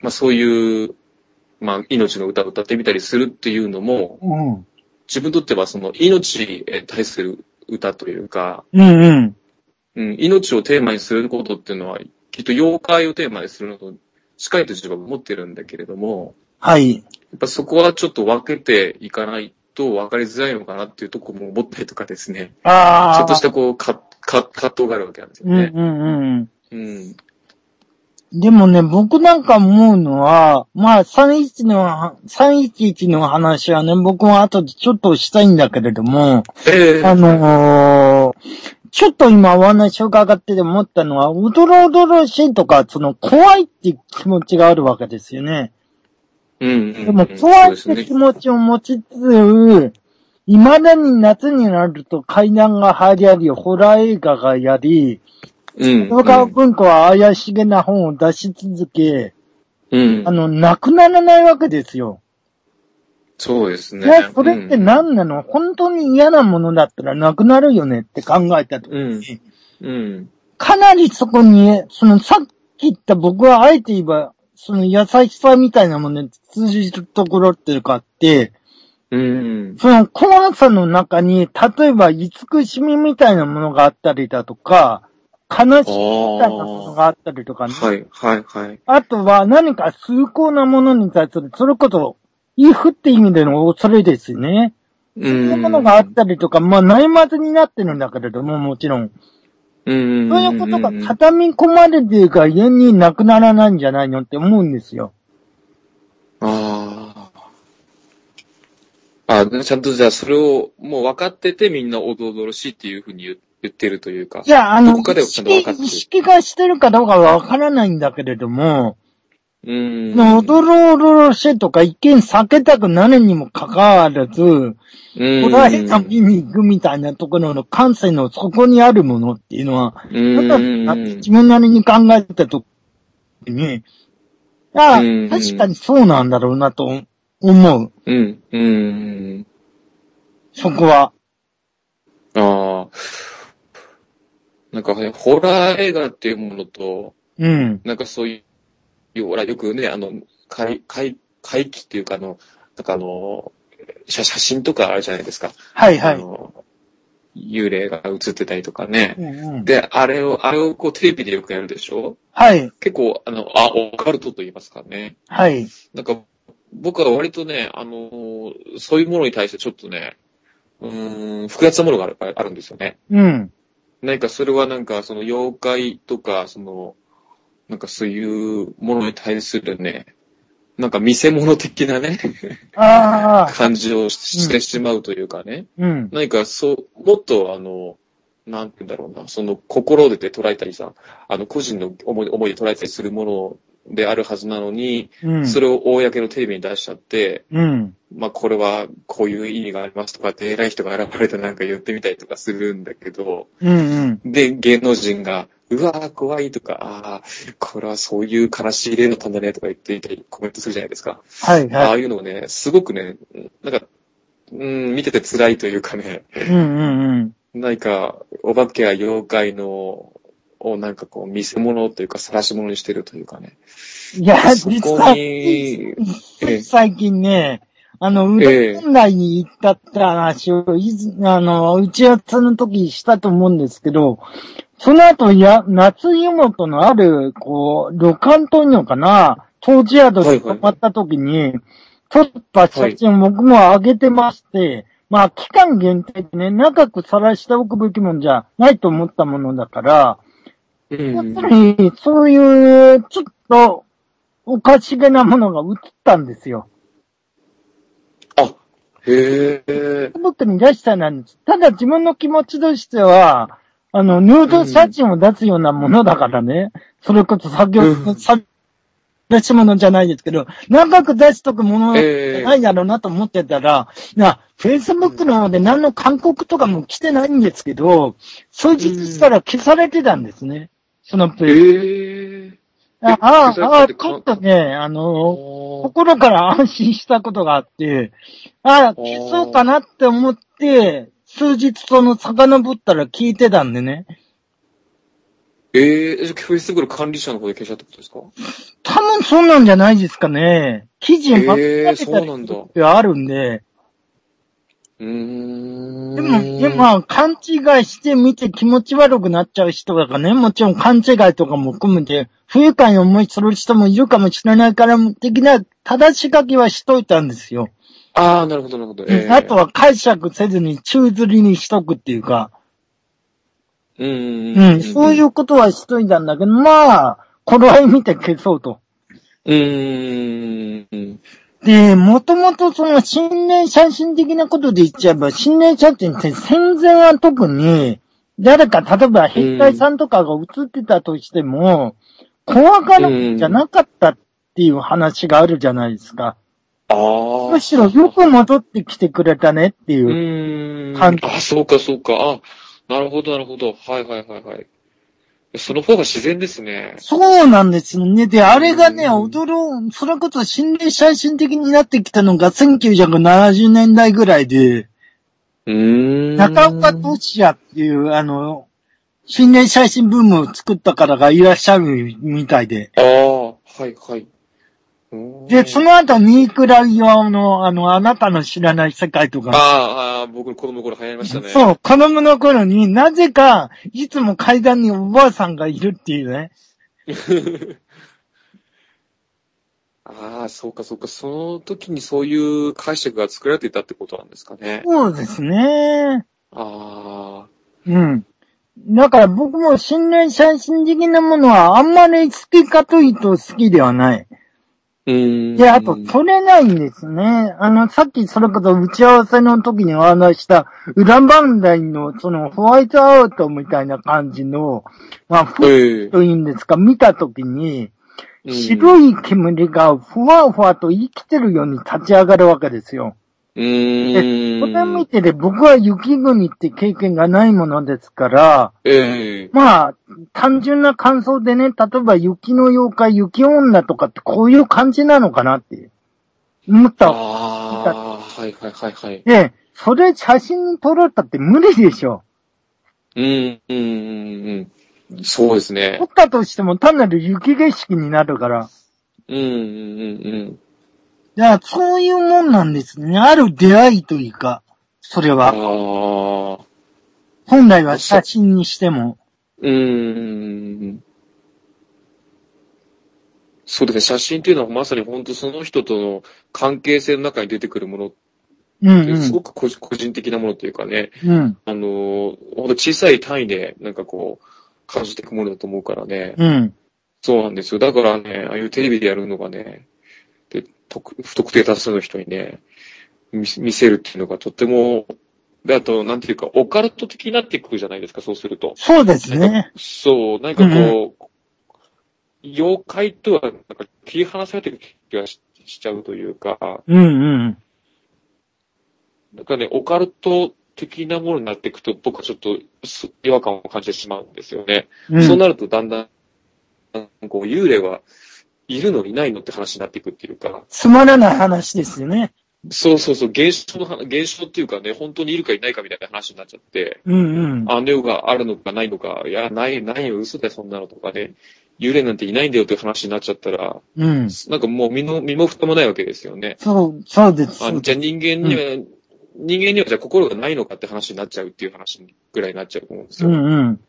S2: まあそういう、まあ命の歌を歌ってみたりするっていうのも、
S1: うん。
S2: 自分にとってはその命に対する歌というか、
S1: うんうん。
S2: うん、命をテーマにすることっていうのは、きっと妖怪をテーマにするのと近いと自分は思ってるんだけれども、
S1: はい。
S2: やっぱそこはちょっと分けていかないと分かりづらいのかなっていうところも思ったりとかですね、
S1: ああ。
S2: ちょっとしたこう、か、か、葛藤があるわけなんですよ
S1: うん
S2: ね。
S1: うんうんうん。
S2: うん。
S1: でもね、僕なんか思うのは、まあ、311のは、311の話はね、僕も後でちょっとしたいんだけれども、
S2: ええ
S1: あのーちょっと今お話を伺ってて思ったのは、おどろおどろしいとか、その怖いっていう気持ちがあるわけですよね。
S2: で
S1: でも怖いって気持ちを持ちつつ、未だに夏になると階段が流行り、ホラー映画がやり、
S2: うん。
S1: 小川文庫は怪しげな本を出し続け、
S2: うん。
S1: あの、なくならないわけですよ。
S2: そうですね。
S1: いや、それって
S2: うん
S1: 何なの、本当に嫌なものだったらなくなるよねって考えたときに、
S2: うん。
S1: かなりそこに、そのさっき言った僕はあえて言えば、その優しさみたいなものに通じるところっていうかあって、
S2: うん。
S1: その怖さの中に、例えば慈しみみたいなものがあったりだとか、悲しみみたいなものがあったりとかね。
S2: はい、はい、はい。
S1: あとは何か崇高なものに対する、それこそ、イフって意味での恐れですよね。
S2: う。
S1: そういうんものがあったりとか、まあ、ないまずになってるんだけれども、もちろん。
S2: うん。
S1: そういうことが畳み込まれているが家になくならないんじゃないのって思うんですよ。
S2: ああ。あ、でもちゃんとじゃあそれをもう分かっててみんなおどおどろしいっていうふうに言言ってるというか。
S1: いや、あ
S2: ど
S1: の、
S2: こか
S1: 意
S2: ではちゃんと
S1: 識
S2: 分かってる
S1: 意識がしてるかどうかはわからないんだけれども、
S2: うん。
S1: のおどろおどろしいとか一見避けたくなるにもかかわらず、
S2: うん。
S1: 捉えた見に行くみたいなところの感性のそこにあるものっていうのは、
S2: うんうん
S1: な
S2: うん
S1: か
S2: ん
S1: 自分なりに考えたときに、ああ、
S2: うん
S1: 確かにそうなんだろうなと思う、
S2: うん。うん。
S1: そこは。
S2: ああ。なんか、ホラー映画っていうものと、
S1: うん。
S2: なんかそういう、ほら、よくね、あの、怪、怪、怪奇っていうか、あの、なんかあの、写写真とかあるじゃないですか。
S1: はいは
S2: あ
S1: い。
S2: の、幽霊が映ってたりとかね。
S1: うんうん、
S2: で、あれを、あれをこうテレビでよくやるでしょ
S1: はい、
S2: 結構、あの、あ、オカルトと言いますかね。
S1: はい。
S2: なんか、僕は割とね、あの、そういうものに対してちょっとね、うーん、複雑なものがあるあるんですよね。
S1: うん。
S2: なんかそれはなんか、その妖怪とか、その、なんかそういうものに対するね、なんか見せ物的なね、
S1: ああ、
S2: 感じをし
S1: うん
S2: してしまうというかね。
S1: うん。
S2: 何かそう、もっとあの、なんて言うんだろうな、その心で捉えたりさ、あの個人の思い思いで捉えたりするものであるはずなのに、
S1: うん。
S2: それを公のテレビに出しちゃって、
S1: うん。
S2: まあこれはこういう意味がありますとかって偉い人が現れてなんか言ってみたりとかするんだけど、
S1: うん。うん。
S2: で、芸能人が、うわー怖いとか、ああ、これはそういう悲しい例だったんだねとか言っていたりコメントするじゃないですか。
S1: はい
S2: あ
S1: は
S2: あいうのをね、すごくね、なんか、うん、見てて辛いというかね、
S1: い。うんうんうん。
S2: 何か、お化けや妖怪の、をなんかこう、見せ物というか、晒し物にしてるというかね。
S1: いや、
S2: そ
S1: 実
S2: こ
S1: は、
S2: に、ええ
S1: 最近ね、あの、裏本来に行ったって話を、いずあの、打ち合わせの時したと思うんですけど、その後、や、夏湯本のある、こう、旅館というのかな、当時宿で泊まった時に、撮った写真を僕も上げてまして、まあ、期間限定でね、長く晒しておくべきもんじゃないと思ったものだから、
S2: うん
S1: やっぱり、そういう、ちょっと、おかしげなものが映ったんですよ。
S2: あ、へえ、
S1: 僕に出したいなんです。ただ自分の気持ちとしては、あの、ヌード写真を出すようなものだからね。それこそ作業、
S2: うん
S1: 作出し物じゃないですけど、長く出しとくものじ
S2: え
S1: ゃ
S2: え
S1: ないだろうなと思ってたら、な、Facebook の方で何の勧告とかも来てないんですけど、数日したら消されてたんですね。そのページ。
S2: へえ。
S1: ああ、
S2: そう
S1: あ
S2: やっ
S1: あ、
S2: て
S1: ち
S2: か
S1: ょっとね、あの、
S2: お
S1: 心から安心したことがあって、ああ、消そうかなって思って、数日その遡ったら聞いてたんでね。
S2: ええ、じゃあ、フェイスブックの管理者の方で消したってことですか
S1: 多分そうなんじゃないですかね。記事まと
S2: へ
S1: め
S2: え
S1: て
S2: そ
S1: た
S2: う
S1: り
S2: なんだ
S1: ってあるんで。
S2: うーん。
S1: でも、ね、まあ、勘違いして見て気持ち悪くなっちゃう人がね、もちろん勘違いとかも含めて、不愉快に思いする人もいるかもしれないから、的な正し書きはしといたんですよ。
S2: ああ、なるほど、なるほど。ええ
S1: あと、は解釈せずに宙吊りにしとくっていうか、
S2: うんうん
S1: う
S2: うん
S1: ん、そういうことはしといたんだけど、まあ、頃合い見て消そうと。
S2: うーん。
S1: で、もともとその心霊写真的なことで言っちゃえば、心霊写真って戦前は特に、誰か、例えば兵隊さんとかが映ってたとしても、怖がるんじゃなかったっていう話があるじゃないですか。
S2: ああ。
S1: むしろよく戻ってきてくれたねっていうう。
S2: ーん。
S1: 感じ
S2: あ、そうか、そうか。あ、なるほど、なるほど。はい、はい、はい、はい。その方が自然ですね。
S1: そうなんですよね。で、あれがね、
S2: うん
S1: 驚、それこそ心霊写真的になってきたのが1970年代ぐらいで、
S2: うーん。
S1: 中岡俊也っていう、あの、心霊写真ブームを作った方がいらっしゃるみたいで。
S2: ああ、はい、はい。うーん
S1: で、その後、ニークライオの、あの、あなたの知らない世界とか、
S2: あーあー、僕の子供の頃流行りましたね。
S1: そう、子供の頃になぜか、いつも階段におばあさんがいるっていうね。
S2: ああ、そうか、そうか。その時にそういう解釈が作られていたってことなんですかね。
S1: そうですね。
S2: ああ、
S1: うん。だから僕も心霊写真的なものはあんまり好きかというと好きではない。
S2: うーん。
S1: で、あと取れないんですね。あの、さっきそれこそ打ち合わせの時にお話しした、ウランバンダイのそのホワイトアウトみたいな感じの、まあ、ふっ
S2: ええ
S1: といいんですか、見た時に、
S2: うん
S1: 白い煙がふわふわと生きてるように立ち上がるわけですよ。
S2: うーん。
S1: これ見てて僕は雪国って経験がないものですから、
S2: ええ
S1: まあ、単純な感想でね、例えば雪の妖怪、雪女とかってこういう感じなのかなって思った。
S2: ああ、はいはいはいはい。
S1: で、それ写真に撮ろうったって無理でしょ。
S2: うん、うん、うんうん。そうですね
S1: 撮っ。たとしても単なる雪景色になるから。
S2: うん、うん、うん。
S1: いや、そういうもんなんですね。ある出会いというか、それ
S2: ああ
S1: は。
S2: ー、
S1: 本来は写真にしても。
S2: うーん。そうですね。写真っていうのはまさに本当その人との関係性の中に出てくるものって
S1: うん
S2: いう、
S1: う
S2: す
S1: ん
S2: ご。く個人個人的なものというかね。
S1: うん。
S2: あのー、ほんと小さい単位で、なんかこう、感じていくものだと思うからね。
S1: うん。
S2: そうなんですよ。だからね、ああいうテレビでやるのがね、で特不特定多数の人にね、見せ見せるっていうのがとっても、で、あと、なんていうか、オカルト的になっていくじゃないですか、そうすると。
S1: そうですね。
S2: そう、なんかこう、妖怪とはなんか切り離されてる気がししちゃうというか、
S1: うんうん。
S2: なんかね、オカルト的なものになっていくと、僕はちょっとす違和感を感じてしまうんですよね。
S1: うん、
S2: そうなるとだんだん、こう幽霊はいるのいないのって話になっていくっていうか、
S1: つまらない話ですよね。
S2: そうそうそう、現象の話、現象っていうかね、本当にいるかいないかみたいな話になっちゃって、
S1: うんうん。
S2: あの世があるのかないのか、いや、ない、ないよ、嘘だよ、そんなのとかね、幽霊なんていないんだよっていう話になっちゃったら、
S1: うん。
S2: なんかもう身の、身も蓋もないわけですよね。
S1: そう、そうです。
S2: あじゃあ人間には、人間にはじゃあ心がないのかって話になっちゃうっていう話ぐらいになっちゃうと思うんです
S1: う
S2: よ。
S1: んうん。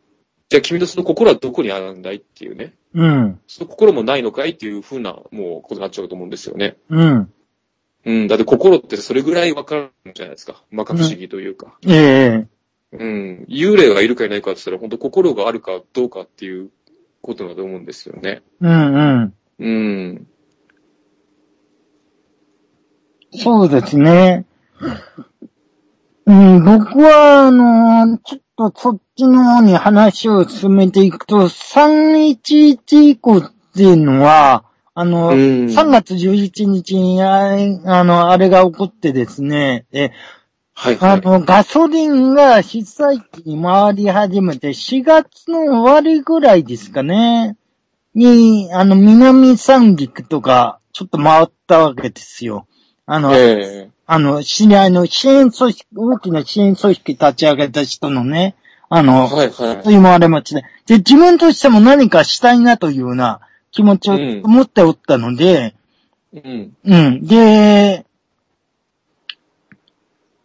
S2: じゃあ君のその心はどこにあるんだいっていうね。
S1: うん。
S2: その心もないのかいっていうふうな、もう、ことになっちゃうと思うんですよね。
S1: うん。
S2: うん。だって心ってそれぐらいわかるんじゃないですか。まか不思議というか。
S1: ええ
S2: うん。幽霊がいるかいないかって言ったら、本当心があるかどうかっていうことだと思うんですよね。
S1: うんうん。
S2: うん。
S1: そうですね。うん、僕は、あのーちょっとそっちの方に話を進めていくと、311以降っていうのは、あの、
S2: うん
S1: 3月11日にあれ、あの、あれが起こってですね、え、
S2: はい、は
S1: あ
S2: い。
S1: の、ガソリンが被災地に回り始めて、4月の終わりぐらいですかね。に、あの、南三陸とか、ちょっと回ったわけですよ。あの、
S2: ええ
S1: あの、知り合いの支援組織、大きな支援組織立ち上げた人のね、あの、
S2: はい、はい。
S1: 言われ待ちで。で、自分としても何かしたいなというような気持ちを
S2: うん
S1: 持っておったので、
S2: うん。
S1: うん。で、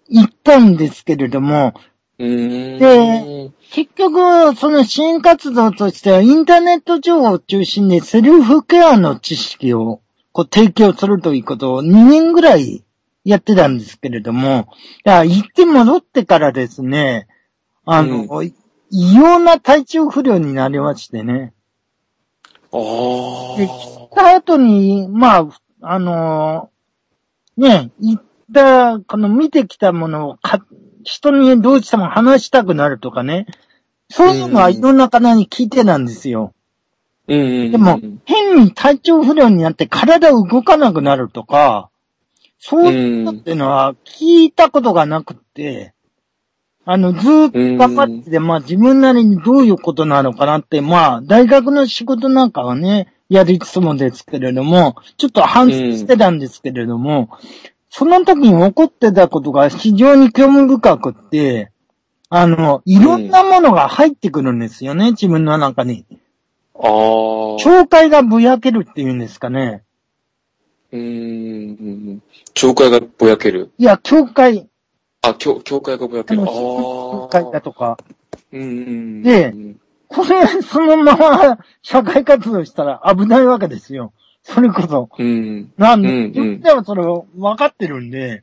S1: 行ったんですけれども、
S2: うーん。
S1: で結局、その支援活動としては、インターネット情報を中心にセルフケアの知識をこう提供するということを2年ぐらいやってたんですけれども、いや行って戻ってからですね、あの、異様な体調不良になりましてね。
S2: あ
S1: で、
S2: あ
S1: 来。た後に、まあ、あのーね、行った、この見てきたものをか、人にどうしても話したくなるとかね、そういうのは
S2: うん
S1: いろんな方に聞いてたんですよ。
S2: うんうんうん。
S1: でも、変に体調不良になって体動かなくなるとか、そういうのっていうのは聞いたことがなくて、あの、ずーっと頑張ってて、まあ自分なりにどういうことなのかなって、まあ大学の仕事なんかはね、やりつつもですけれども、ちょっと反省してたんですけれども、その時に起こってたことが非常に興味深くって、あの、いろんなものが入ってくるんですよね、自分の中に。
S2: ああ。
S1: 境界がぼやけるっていうんですかね。
S2: うーん。教会がぼやける。
S1: いや、境界、
S2: あ、教、教会がぼや
S1: あ
S2: ける。あ
S1: の、境
S2: あ。
S1: 界だとか、
S2: うんうん。
S1: でこれ、そのまま社会活動したら危ないわけですよ。それこそ。
S2: うん。
S1: なんで、
S2: うんうん
S1: 自分ではそれを分かってるんで、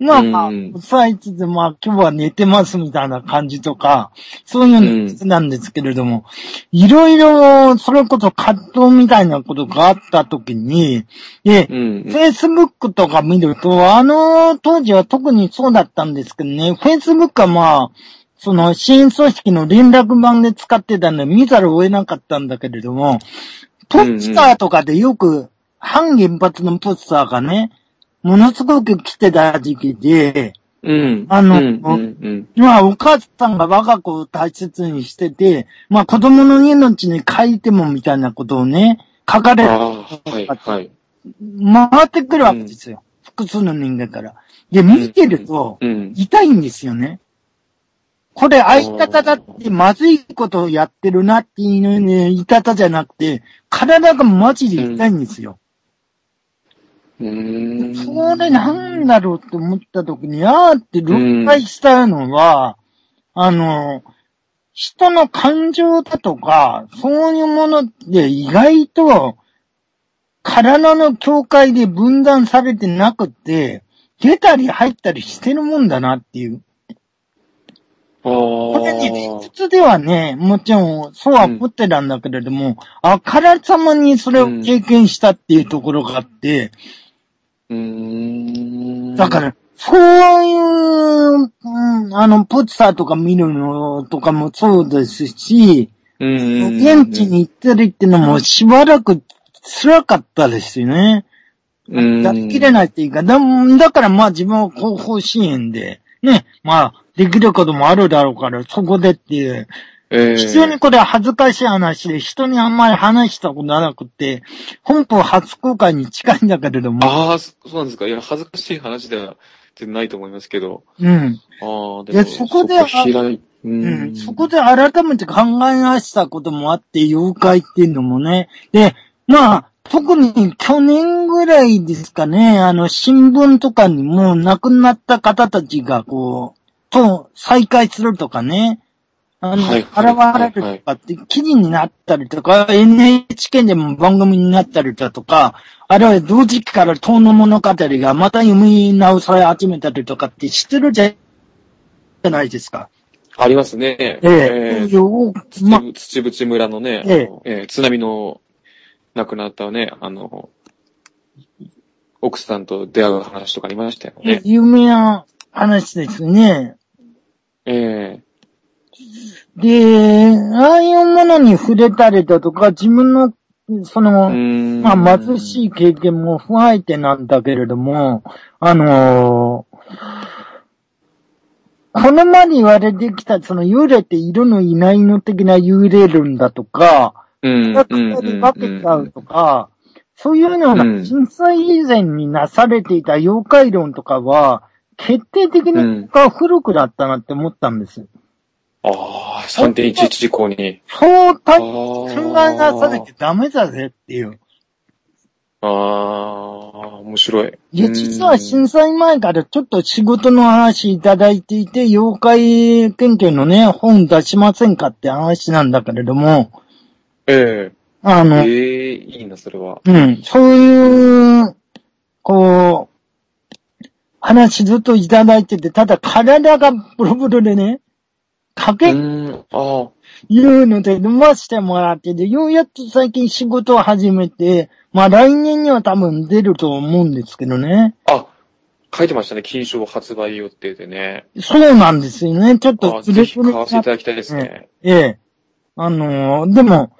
S1: まあまあ、
S2: うん
S1: 抑えつつ、まあ今日は寝てますみたいな感じとか、そういうのなんですけれども、いろいろ、それこそ葛藤みたいなことがあった時に、で、
S2: うんうん。
S1: Facebook とか見ると、あの当時は特にそうだったんですけどね、Facebook はまあ、その新組織の連絡版で使ってたんで見ざるを得なかったんだけれども、ポスターとかでよく反原発のポスターがね、ものすごく来てた時期で、
S2: うん。
S1: あの
S2: うんうん
S1: まあお母さんが我が子を大切にしてて、まあ子供の命に書いてもみたいなことをね、書か
S2: うん。
S1: れ
S2: ああ、はい、は
S1: 回
S2: い。
S1: ってくるわけですよ。複数の人間から。で、見てると、
S2: うん。
S1: 痛いんですよね。これ、相方だってまずいことをやってるなっていうね、言い方じゃなくて、体がマジで痛いんですよ。
S2: うーん。
S1: それなんだろうって思った時に、あーって論解したのは、あの、人の感情だとか、そういうものって意外と、体の境界で分断されてなくて、出たり入ったりしてるもんだなっていう。
S2: ああ。
S1: これに理屈ではね、もちろん、そうは思ってたんだけれども、あからさまにそれを経験したっていうところがあって、
S2: うーん。
S1: だから、そういう、うん、あの、ポスターとか見るのとかもそうですし、
S2: うんうんうんうん、
S1: 現地に行ったりってのもしばらく辛かったですよね。
S2: うん、
S1: やりきれないっていうか、だだからまあ自分は後方支援で、ね、まあ、できることもあるだろうから、そこでっていう。
S2: ええ
S1: 普通にこれは恥ずかしい話で、人にあんまり話したことなくて、本邦初公開に近いんだけれども、
S2: ああ、そそうなんですか。いや、恥ずかしい話では全然ないと思いますけど。
S1: うん。
S2: ああ、で
S1: いや
S2: も、
S1: そこで
S2: そ開い、う
S1: うんそこで改めて考え直したこともあって、妖怪っていうのもね。で、まあ、特に去年ぐらいですかね、あの、新聞とかにも亡くなった方たちが、こう、と再会するとかね、あの、
S2: はいはい
S1: 現れるとかって記事になったりとか、NHK でも番組になったりだとか、あるいは同時期から遠の物語がまた読み直され始めたりとかって知ってるじゃないですか。
S2: ありますね。
S1: ええ、
S2: え
S1: よ
S2: 土
S1: ま、
S2: 土淵村のね、あ
S1: ええ
S2: のええ津波の亡くなったね、あの、奥さんと出会う話とかありましたよね。
S1: 有名な話ですね。
S2: え
S1: で、ああいうものに触れたりだとか、自分の、そ
S2: えう
S1: の、
S2: ん。
S1: まあ、貧しい経験も不相手なんだけれども、あのーこのまで言われてきた、その幽霊っているのいないの的な幽霊論だとか、
S2: うん。
S1: 価格で分けちゃうとか、そういうの
S2: う
S1: が
S2: ん
S1: 震災以前になされていた妖怪論とかは、決定的
S2: うん
S1: に僕は古くなったなって思ったんです。
S2: ああ、3.11事故に。
S1: そうた
S2: あ
S1: 考えなされてダメだぜっていう。
S2: ああ、面白い。
S1: いや、実は震災前からちょっと仕事の話いただいていて、妖怪研究のね、本出しませんかって話なんだけれども、
S2: え
S1: あ
S2: え
S1: の、
S2: ええいいな、それは。
S1: うん、そういう、こう、話ずっといただいてて、ただ体がブルブルでね、か
S2: う
S1: け
S2: ん、あ
S1: いうので飲ませてもらってて、ようやっと最近仕事を始めて、まあ来年には多分出ると思うんですけどね。
S2: あ、あ、書いてましたね、金賞発売予定でね。
S1: そうなんですよね。ちょっと
S2: あぜひ買わせてい
S1: な
S2: ただきたいですね。
S1: ええ。あのーでも、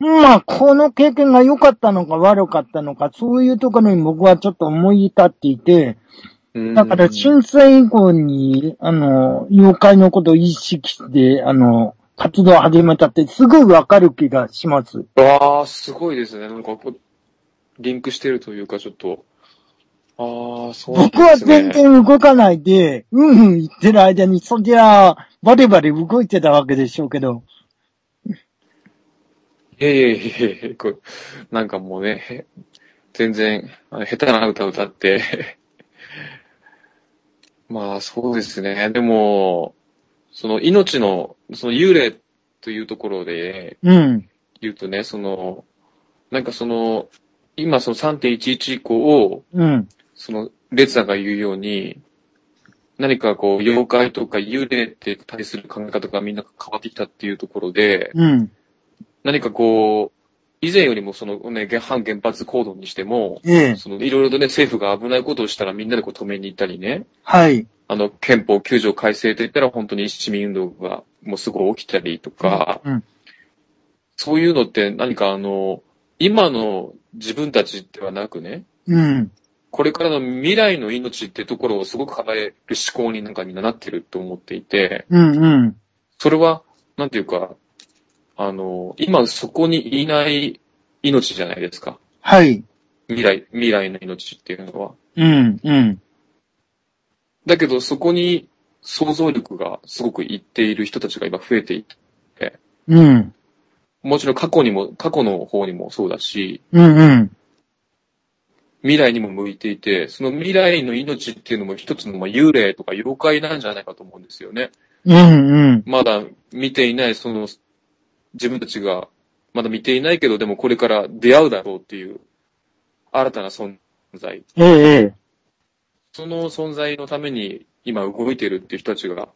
S1: まあ、この経験が良かったのか悪かったのか、そういうところに僕はちょっと思い至っていて、
S2: うん
S1: だから、震災以降に、あの、妖怪のことを意識して、あの、活動を始めたって、すごいわかる気がします。
S2: わあ、すごいですね。なんかこう、リンクしてるというか、ちょっと。ああ、そうなん
S1: 僕
S2: で
S1: は
S2: すね。
S1: 全然動かないで、うんうん言ってる間に、そりゃあ、バリバリ動いてたわけでしょうけど、
S2: いやいやいやいやこうなんかもうね、全然、あの下手な歌歌って。 まあ、そうですね。でも、その命の、その幽霊というところで
S1: うん、
S2: 言うとね、その、なんかその、今その3.11以降を、
S1: うん、
S2: その、レッツさんが言うように、何かこう、妖怪とか幽霊って対する考え方がみんな変わってきたっていうところで、
S1: うん、
S2: 何かこう、以前よりもそのね、反原発行動にしても、
S1: ええ、
S2: そのいろいろとね、政府が危ないことをしたらみんなでこう止めに行ったりね、
S1: はい、
S2: あの、憲法9条改正って言ったら本当に市民運動がもうすぐ起きたりとか、
S1: うん、
S2: そういうのって何かあの、今の自分たちではなくね、
S1: うん、
S2: これからの未来の命ってところをすごく考える思考になんかみんななってると思っていて、
S1: うん、うん、
S2: それは、なんていうか、あの、今そこにいない命じゃないですか。
S1: はい、
S2: 未来、未来の命っていうのは。
S1: うん、うん、
S2: だけどそこに想像力がすごくいっている人たちが今増えていて、
S1: うん、
S2: もちろん過去にも、過去の方にもそうだし、
S1: うん、うん、
S2: 未来にも向いていて、その未来の命っていうのも一つのまあ幽霊とか妖怪なんじゃないかと思うんですよね。
S1: うん、うん、
S2: まだ見ていない、その、自分たちが、まだ見ていないけど、でもこれから出会うだろうっていう、新たな存在。
S1: ええ、ええ、
S2: その存在のために今動いてるっていう人たちが、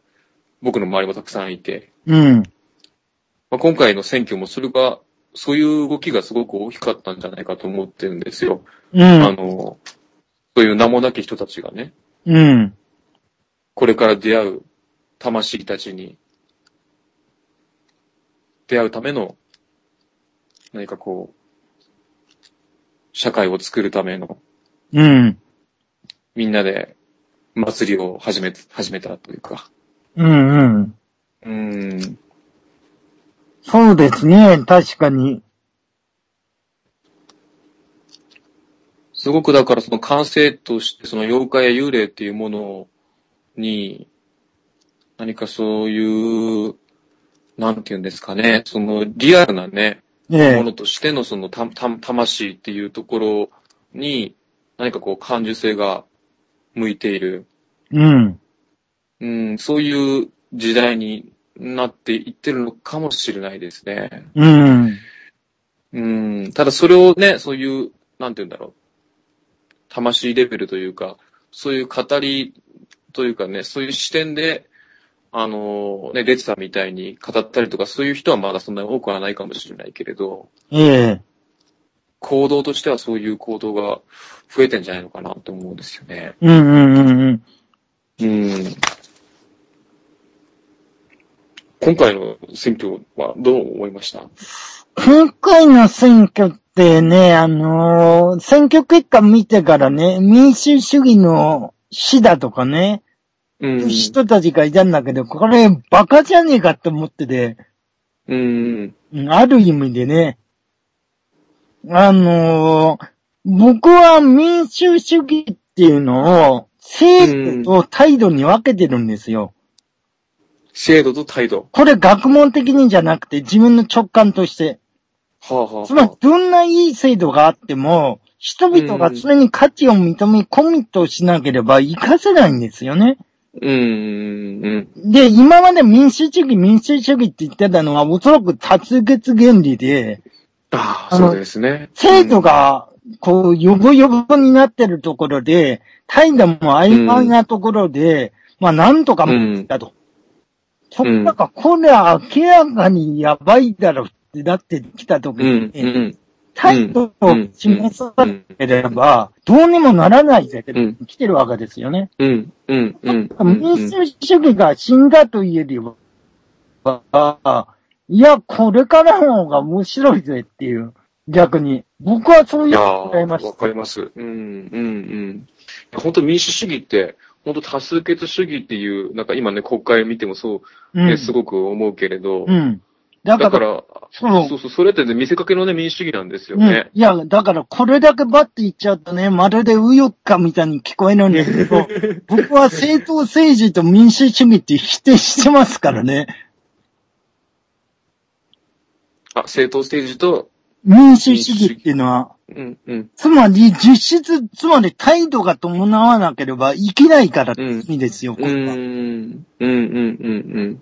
S2: 僕の周りもたくさんいて、
S1: うん、
S2: まあ、今回の選挙もそれが、そういう動きがすごく大きかったんじゃないかと思ってるんですよ。
S1: う
S2: あ
S1: ん、
S2: の、そういう名もなき人たちがね、
S1: うん、
S2: これから出会う魂たちに、出会うための、何かこう、社会を作るための、
S1: うん、
S2: みんなで祭りを始め、始めたというか。
S1: うん、うん。
S2: うーん。
S1: そうですね、確かに。
S2: すごくだからその感性としてその妖怪や幽霊っていうものに、何かそういう、なんて言うんですかね、そのリアルなね、
S1: え
S2: も
S1: え、
S2: のとしてのそのた、た、魂っていうところに、何かこう感受性が向いている、
S1: うん、
S2: うん、そういう時代になっていってるのかもしれないですね。
S1: うん、
S2: うん、ただそれをね、そういう、なんて言うんだろう。魂レベルというか、そういう語りというかね、そういう視点で、あのね、レッツさんみたいに語ったりとか、そういう人はまだそんなに多くはないかもしれないけれど、
S1: ええ。
S2: 行動としてはそういう行動が増えてんじゃないのかなと思うんですよね。
S1: うんうんうんうん。
S2: うん。今回の選挙はどう思いました
S1: 今回の選挙ってね、あのー選挙結果見てからね、民主主義の死だとかね、
S2: うん。
S1: 人たちがいたんだけど、これバカじゃねえかって思ってて、
S2: うん。
S1: うんある意味でね、あのー僕は民主主義っていうのを政府と態度に分けてるんですよ。
S2: 制度と態度。
S1: これ学問的にじゃなくて自分の直感として。
S2: はあ、はあはあ
S1: つまり、どんないい制度があっても、人々がそれに価値を認め、コミットをしなければ活かせないんですよね。
S2: うん。うん。
S1: で、今まで民主主義、民主主義って言ってたのは、おそらく達月原理で、
S2: ああ、
S1: あの
S2: そうですね。
S1: 制度が、こう、よぼよぼになってるところで、態度も曖昧なところで、まあ、なんとかもだと。そっかが、これは明らかにやばいだろって、だって来た時に
S2: うん、、うん、
S1: 態度を示さなければ、どうにもならないだけで来てるわけですよね。
S2: うん、うん、うん。
S1: 民主主義が死んだというよりは、いや、これからの方が面白いぜっていう、逆に。僕はそうい
S2: い
S1: う
S2: やー
S1: のを考えまし
S2: わ
S1: た。
S2: かります。うん、うん、うん。本当民主主義って、本当多数決主義っていう、なんか今ね、国会見てもそう、
S1: う
S2: ね、
S1: ん。
S2: すごく思うけれど、
S1: うん。だ
S2: だ
S1: か、
S2: からら、
S1: そう
S2: そうそう、それってね見せかけのね、民主主義なんですよ
S1: うん
S2: ね。。
S1: いや、だからこれだけバッて言っちゃうとね、まるで右翼かみたいに聞こえるんですけ ど、僕は政党政治と民主主義って否定してますからね。
S2: あ、政党政治と、
S1: 民主主義っていうのは、
S2: うん、うん、
S1: つまり実質、つまり態度が伴わなければいけないからって意味ですよ、
S2: うー
S1: 国家
S2: ん、うん、うん、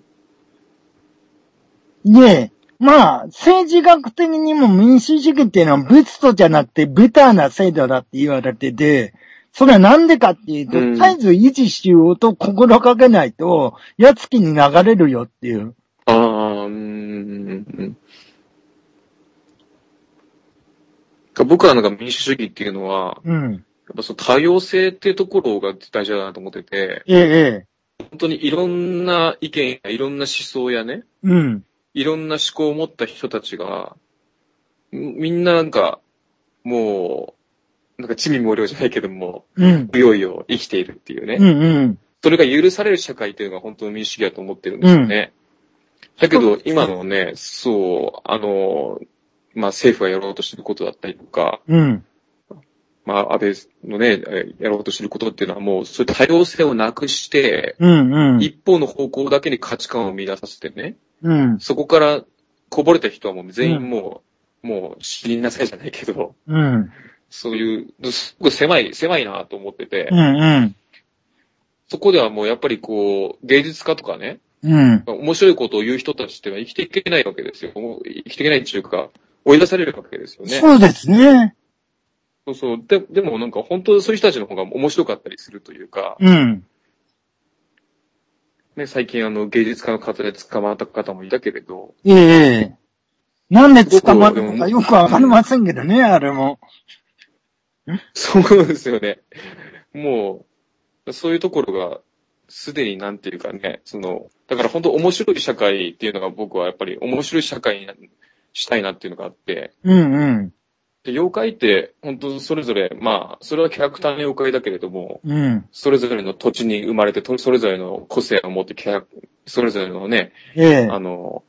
S2: うん、
S1: で、まあ、政治学的にも民主主義っていうのはブストじゃなくてベターな制度だって言われてて、それはなんでかっていうと、
S2: うん
S1: 絶えず維持しようと心がけないと、やつきに流れるよっていう。
S2: ああ、うーん、うん。僕はなんか民主主義っていうのは、
S1: うん。
S2: やっぱその多様性っていうところが大事だなと思ってて、
S1: ええ、ええ。
S2: 本当にいろんな意見やいろんな思想やね、
S1: うん。
S2: いろんな思考を持った人たちが、んみんななんか、もう、なんか地味無量じゃないけども、
S1: うん。
S2: 不用意を生きているっていうね、
S1: うんうん。
S2: それが許される社会っていうのが本当の民主主義だと思ってるんですよね。だけど、今のね、そう、あの、まあ、政府がやろうとしてることだったりとか、
S1: うん。
S2: まあ、安倍のね、えやろうとしてることっていうのはもう、そういう多様性をなくして、
S1: うんうん。
S2: 一方の方向だけに価値観を見出させてね、
S1: うん。
S2: そこからこぼれた人はもう全員もう、もう死になさいじゃないけど、
S1: うん。
S2: そういう、すごく狭い、狭いなと思ってて、
S1: うんうん。
S2: そこではもうやっぱりこう、芸術家とかね、
S1: うん。
S2: 面白いことを言う人たちっていうのは生きていけないわけですよ。もう生きていけないっていうか、追い出されるわけですよね。
S1: そうですね。
S2: そうそう。ででもなんか本当そういう人たちの方が面白かったりするというか、
S1: うん。
S2: ね、最近あの芸術家の方で捕まった方もいたけれど、
S1: ええええ。なんで捕まるのかよくわかりませんけどね、あれも。
S2: そうですよね。もう、そういうところが、すでになんていうかね、その、だから本当面白い社会っていうのが僕はやっぱり面白い社会になしたいなっていうのがあって、
S1: うんうん。
S2: で妖怪って本当それぞれ、まあ、それはキャラクターの妖怪だけれども、
S1: うん。
S2: それぞれの土地に生まれて、とそれぞれの個性を持って、キャラそれぞれのね、
S1: ええ
S2: あの、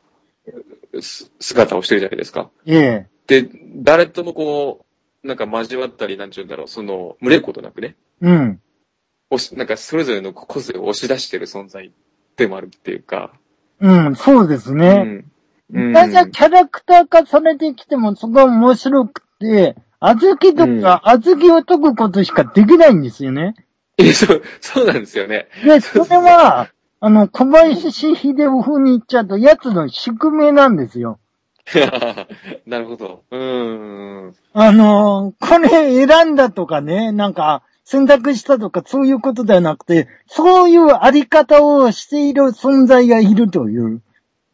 S2: す姿をしてるじゃないですか。
S1: ええ
S2: で、誰ともこう、なんか交わったり、なんていうんだろう、その、群れることなくね、
S1: うん。
S2: 押し、なんかそれぞれの個性を押し出してる存在でもあるっていうか。
S1: うん、そうですね。
S2: うん。うん。
S1: だんだんキャラクター化されてきても、そこは面白くて、小豆とか、小豆を解くことしかできないんですよね。
S2: え そう、そうなんですよね。
S1: で、それは、あの、小林秀夫風に言っちゃうと、奴の宿命なんですよ。
S2: なるほど。うーん。
S1: あのーこれ選んだとかね、なんか選択したとかそういうことではなくて、そういうあり方をしている存在がいるという。
S2: うん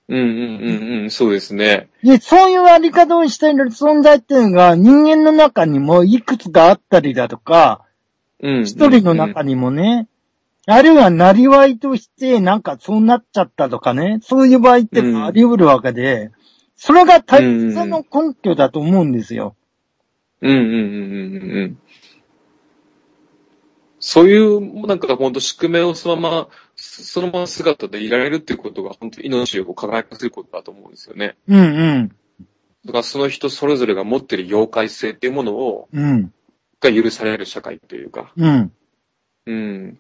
S2: うんうんうん、そうですね。
S1: で、そういうあり方をしている存在っていうのが人間の中にもいくつかあったりだとか、
S2: うん。
S1: 一人の中にもね、あるいはなりわいとしてなんかそうなっちゃったとかね、そういう場合ってあり得るわけで、それが大切の根拠だと思うんですよ。
S2: うんうんうんうんうんうん。そういう、なんか本当宿命をそのまま、そそのまま姿でいられるっていうことが本当命を輝かせることだと思うんですよね。
S1: うんうん。
S2: だからその人それぞれが持ってる妖怪性っていうものを、
S1: うん。
S2: が許される社会というか。
S1: うん。
S2: うん。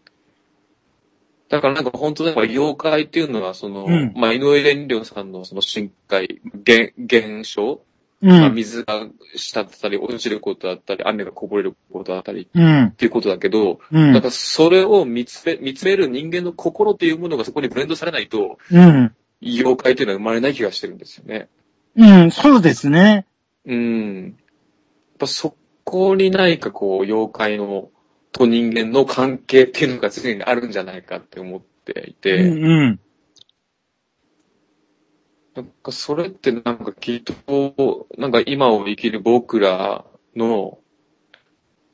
S2: だからなんか本当にやっぱ妖怪っていうのは、その、
S1: うん
S2: まあ、井上蓮良さんのその深海、現、現象、
S1: う
S2: まあ、
S1: ん。
S2: 水が滴ったり、落ちることだったり、雨がこぼれることだったり
S1: うん。
S2: っていうことだけど、
S1: うん
S2: だからそれを見つめ、見つめる人間の心っていうものがそこにブレンドされないと、
S1: うん。
S2: 妖怪っていうのは生まれない気がしてるんですよね。
S1: うん、そうですね。
S2: うん。やっぱそこに何かこう、妖怪の、と人間の関係っていうのが常にあるんじゃないかって思っていて、
S1: うん、うん。
S2: なんかそれってなんかきっと、なんか今を生きる僕らの、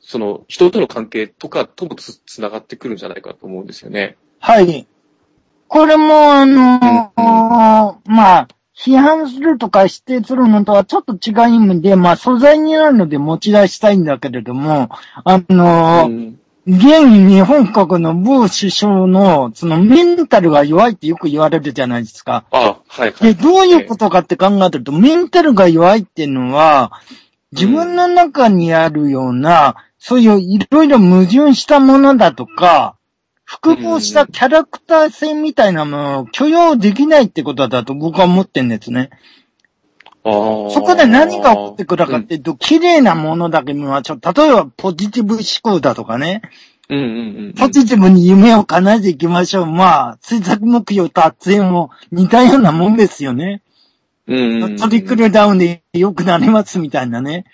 S2: その人との関係とかともつつながってくるんじゃないかと思うんですよね。
S1: はい。これも、あのーまあ、批判するとか否定するのとはちょっと違う意味で、まあ、素材になるので持ち出したいんだけれども、あのー
S2: ん。
S1: 現日本国の某首相の、そのメンタルが弱いってよく言われるじゃないですか。
S2: ああ、はいは
S1: で、
S2: い。
S1: どういうことかって考えると、メンタルが弱いっていうのは、自分の中にあるような、そういういろいろ矛盾したものだとか、複合したキャラクター性みたいなものを許容できないってことだと僕は思ってんですね。
S2: ああ。
S1: そこで何が起こってくるかっていうと、綺麗なものだけ見はちょっと、例えばポジティブ思考だとかね、
S2: うん。うんうんうん。
S1: ポジティブに夢を叶えていきましょう。まあ、追作目標達成も似たようなもんですよね。
S2: うんうんうん。
S1: トリクルダウンで良くなりますみたいなね。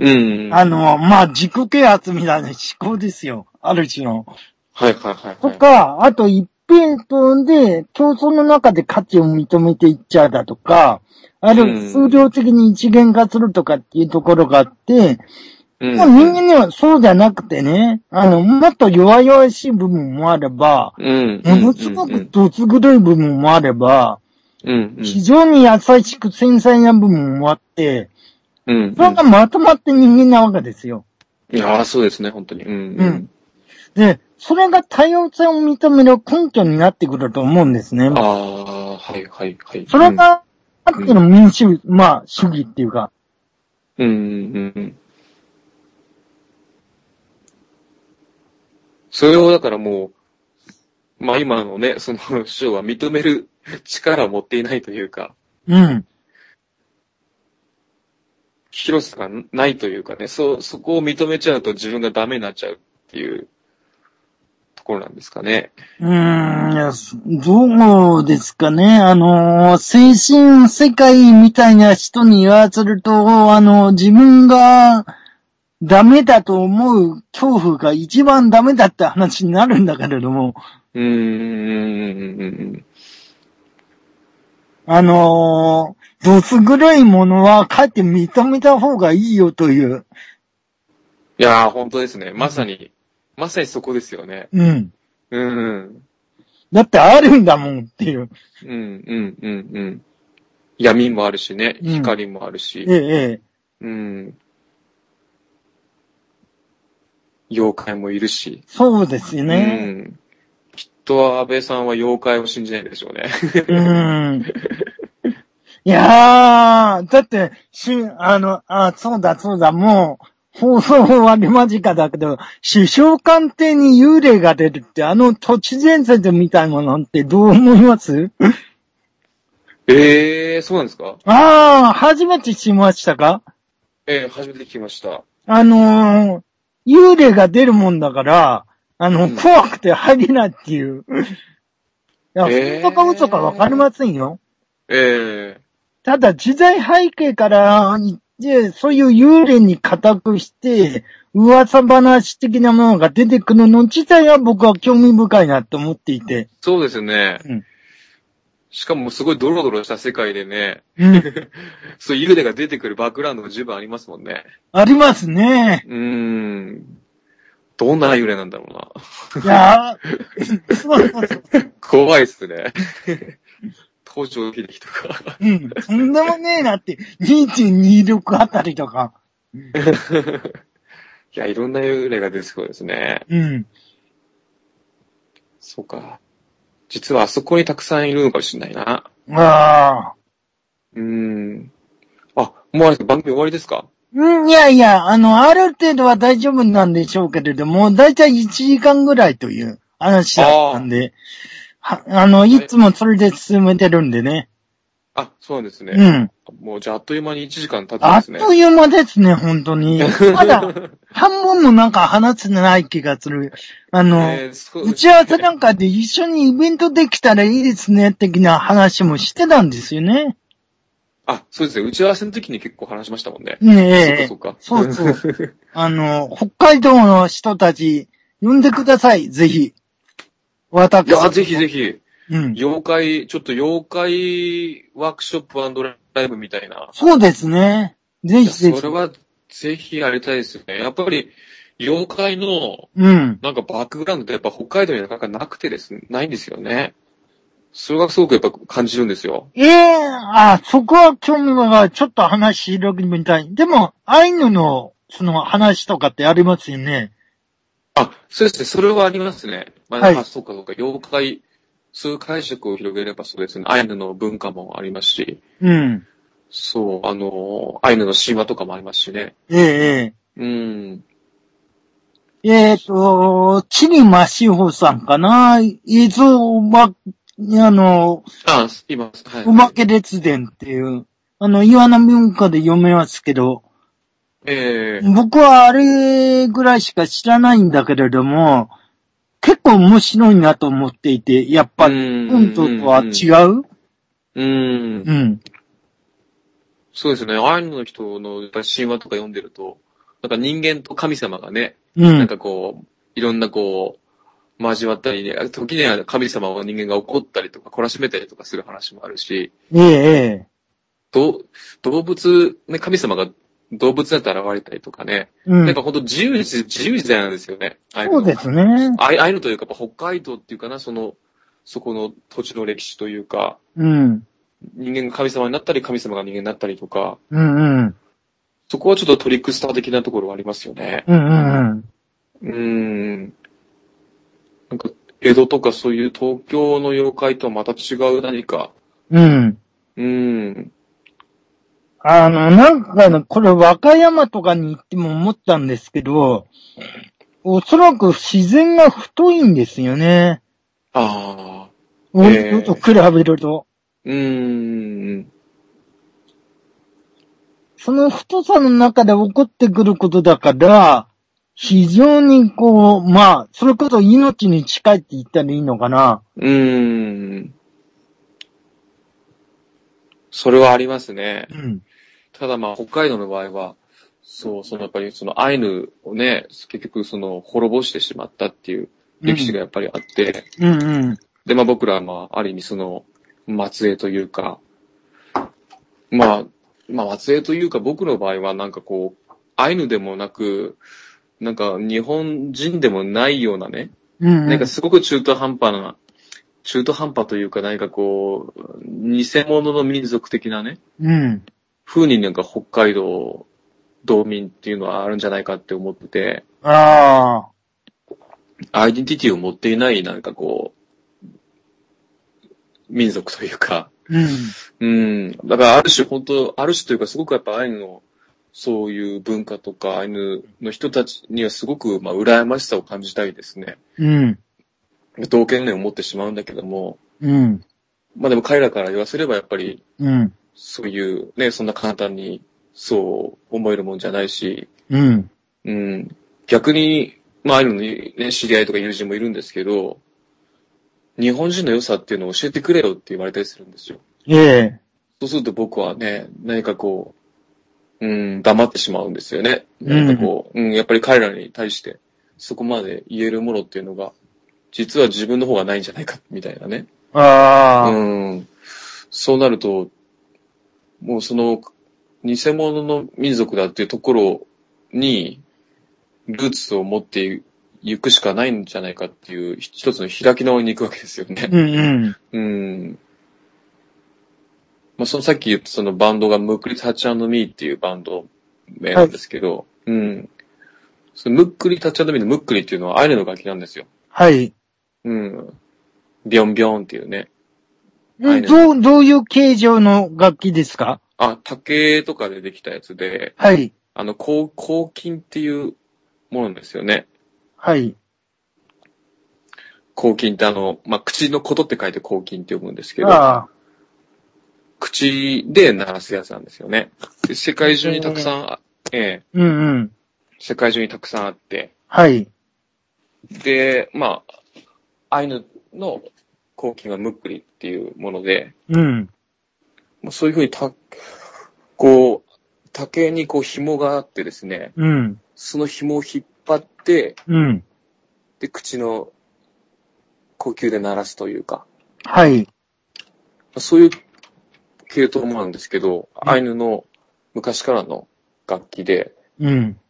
S2: うんうん。
S1: あの、まあ、自己啓発みたいな思考ですよ。ある種の。
S2: はいはいはい
S1: と
S2: はい。
S1: か、あと一辺倒で競争の中で価値を認めていっちゃうだとか、あ
S2: う
S1: る
S2: ん
S1: 数量的に一元化するとかっていうところがあって、
S2: うん
S1: まあ人間にはそうじゃなくてね、あの、もっと弱々しい部分もあれば、
S2: うん。
S1: ものすごくどつ黒い部分もあれば、
S2: うん。
S1: 非常に優しく繊細な部分もあって、
S2: うん。うん。
S1: それがまとまって人間なわけですよ。
S2: いやー、そうですね、本当に。うん。
S1: うんで、それが多様性を認める根拠になってくると思うんですね。
S2: ああ、はいはいはい。
S1: それが、あっての民主、まあ、主義っていうか。
S2: うん、うん、うんうん。それをだからもう、まあ今のね、 その師匠は認める力を持っていないというか、
S1: うん。
S2: 広さがないというかね、そう、そこを認めちゃうと自分がダメになっちゃうっていうところなんですかね。
S1: うーんいや、そどうですかね。あのー、精神世界みたいな人に言わせると、あのー、自分がダメだと思う恐怖が一番ダメだって話になるんだけれども、
S2: うーん、うん、うん
S1: あのー、どつ黒いものはかえって認めた方がいいよという。
S2: いやー、本当ですね。まさに、まさにそこですよね。
S1: うん。
S2: うん、うん。
S1: だってあるんだもんっていう。
S2: うん、うん、うん、うん。闇もあるしね、
S1: うん
S2: 光もあるし
S1: え、え、え
S2: うん。妖怪もいるし。
S1: え。そうですよね。
S2: うん。きっと安倍さんは妖怪を信じないで しょうね。
S1: うん。いやー、だって、し、あの、あ、そうだそうだ、もう、放送終わり間近だけど、首相官邸に幽霊が出るって、あの都知伝説みたいものってどう思い ます
S2: ええー、そうなんですか
S1: あー、初めて知りましたか
S2: ええー、初めて聞きました。
S1: あのー、幽霊が出るもんだから、あの、
S2: うん
S1: 怖くて入れないっていう。いや、
S2: えー
S1: 本当か嘘かわかりませんよ。
S2: ええ
S1: ただ、時代背景から言って、そういう幽霊に固くして、噂話的なものが出てくるの自体は僕は興味深いなと思っていて。
S2: そうですよね。
S1: うん
S2: しかもすごいドロドロした世界でね、
S1: うん。
S2: そういう幽霊が出てくるバックグラウンドが十分ありますもんね。
S1: ありますね。
S2: うーん。どんな幽霊なんだろうな。
S1: いやー、そうそうそう。
S2: 怖いっす ね。東条秀樹とか。
S1: うん。とんでもねえなって、2.26あたりとか。
S2: いや、いろんな幽霊が出てくるんですね。
S1: うん。
S2: そうか。実はあそこにたくさんいるのかもしれないな。
S1: ああ。
S2: うーん。あ、もうあれですか番組終わりですか
S1: うん、いやいや、あの、ある程度は大丈夫なんでしょうけれども、だいたい1時間ぐらいという話だったんで、はあの、いつもそれで進めてるんでね。
S2: あ、そうなんですね。
S1: うん。
S2: もうじゃああっという間に1時間経って
S1: あ
S2: ま
S1: っ
S2: すね。
S1: という間ですね、本当 に。まだ、半分もなんか話せてない気がする。あの、
S2: えーそう
S1: 打ち合わせなんかで一緒にイベントできたらいいですね、的な話もしてたんですよね。
S2: あ、そうですね。打ち合わせの時に結構話しましたもんね。
S1: ねえ。
S2: そっかそ
S1: そ
S2: っ
S1: う
S2: か。
S1: そう。あの、北海道の人たち、呼んでください、ぜひ。私。
S2: いや、ぜひぜひ、
S1: うん。
S2: 妖怪、ちょっと妖怪ワークショップライブみたいな。
S1: そうですね。ぜひぜ
S2: そ
S1: ひ
S2: れ。は、ぜひやりたいですよね。やっぱり、妖怪の、
S1: うん。
S2: なんかバックグラウンドってやっぱ北海道にはなかなかなくてですね、ないんですよね。それがすごくやっぱ感じるんですよ。
S1: ええあ、そこは興味が、ちょっと話広げてみたい。でも、アイヌの、その話とかってありますよね。
S2: あ、そうですね。それはありますね。まあ、
S1: はい
S2: あそうか、そうか。妖怪、そういう解釈を広げればそうですね。アイヌの文化もありますし、
S1: うん。
S2: そう、あの、アイヌの神話とかもありますしね。
S1: ええ
S2: うん。
S1: えええーと、チリマシホさんかな伊豆おば、あの、
S2: あ、います。はい。
S1: おまけ列伝っていう、あの、岩波文化で読めますけど、
S2: ええ
S1: 僕はあれぐらいしか知らないんだけれども、結構面白いなと思っていて、やっぱり、
S2: うん
S1: 本当とは違う
S2: うん
S1: う。ん。
S2: そうですね。アイヌの人のやっぱり神話とか読んでると、なんか人間と神様がね、
S1: う
S2: なん
S1: ん。
S2: かこう、いろんなこう、交わったりね、時には神様は人間が怒ったりとか、懲らしめたりとかする話もあるし、
S1: ええ、え
S2: ど動物、ね、神様が動物だって現れたりとかね、
S1: え。う
S2: なん
S1: ん。
S2: かほんと自由に、自由自在なんですよね。アイヌ
S1: そうですね。
S2: アイアイヌというか、やっぱ北海道っていうかな、その、そこの土地の歴史というか、
S1: うん。
S2: 人間が神様になったり、神様が人間になったりとか、
S1: うんうん。
S2: そこはちょっとトリックスター的なところはありますよね。
S1: うんうんうん。
S2: うーん。なんか、江戸とかそういう東京の妖怪とはまた違う何か。
S1: うん。
S2: うーん。
S1: あの、なんかね、これ和歌山とかに行っても思ったんですけど、おそらく自然が太いんですよね。
S2: ああ。え
S1: 俺
S2: え
S1: と比べると。
S2: うーん。
S1: その太さの中で起こってくることだから、非常にこう、まあ、それこそ命に近いって言ったらいいのかな。
S2: うーん。それはありますね。
S1: うん。
S2: ただまあ、北海道の場合は、そう、そのやっぱりそのアイヌをね、結局その滅ぼしてしまったっていう歴史がやっぱりあって、
S1: うんうん。
S2: で、まあ僕らはまあ、ある意味その、末裔というか、まあ、まあ末裔というか僕の場合はなんかこう、アイヌでもなく、なんか日本人でもないようなね、
S1: うん、うん。
S2: なんかすごく中途半端な、中途半端というか何かこう、偽物の民族的なね、
S1: うん。
S2: 風になんか北海道、道民っていうのはあるんじゃないかって思ってて、
S1: ああ。
S2: アイデンティティを持っていないなんかこう、民族というか、
S1: うん。
S2: うん。だからある種本当、ある種というかすごくやっぱアイヌのそういう文化とかアイヌの人たちにはすごくまあ羨ましさを感じたりですね。
S1: うん。
S2: 同権念を持ってしまうんだけども、
S1: うん。
S2: まあでも彼らから言わせればやっぱり
S1: うん。
S2: そういうね、そんな簡単にそう思えるもんじゃないし、
S1: うん。
S2: うん。逆に、まあアイヌのね、知り合いとか友人もいるんですけど、日本人の良さっていうのを教えてくれよって言われたりするんですよ。
S1: ええ。
S2: そうすると僕はね、何かこう、うん、黙ってしまうんですよね。
S1: うん
S2: なんかこう、うん、やっぱり彼らに対して、そこまで言えるものっていうのが、実は自分の方がないんじゃないか、みたいなね。
S1: ああ。
S2: うん。そうなると、もうその、偽物の民族だっていうところに、ルーツを持っていくしかないんじゃないかっていう、一つの開き直りに行くわけですよね。
S1: うんうん。
S2: うん。まあ、そのさっき言ったそのバンドがムックリ・タッチミーっていうバンド名なんですけど、うん。そのムックリ・タッチミーのムックリっていうのはアイヌの楽器なんですよ。
S1: はい。
S2: うん。ビョンビョンっていうね。はい
S1: どう、どういう形状の楽器ですか
S2: あ、竹とかでできたやつで、
S1: はい。
S2: あの、抗抗菌っていうものなんですよね。
S1: はい。
S2: 抗菌ってあの、まあ、口のことって書いて抗菌って読むんですけど、
S1: ああ。
S2: 口で鳴らすやつなんですよね。で世界中にたくさんあ、ええ、
S1: うんうん。
S2: 世界中にたくさんあって、
S1: はい。
S2: で、まあ、アイヌの後期がムックリっていうもので、
S1: うん。
S2: まあそういうふうにた、こう、竹にこう紐があってですね、
S1: うん。
S2: その紐を引っ張って、
S1: うん。
S2: で、口の呼吸で鳴らすというか、
S1: はい。
S2: まあそういう系統もあるんですけど、
S1: うん
S2: アイヌの昔からの楽器で、
S1: うん。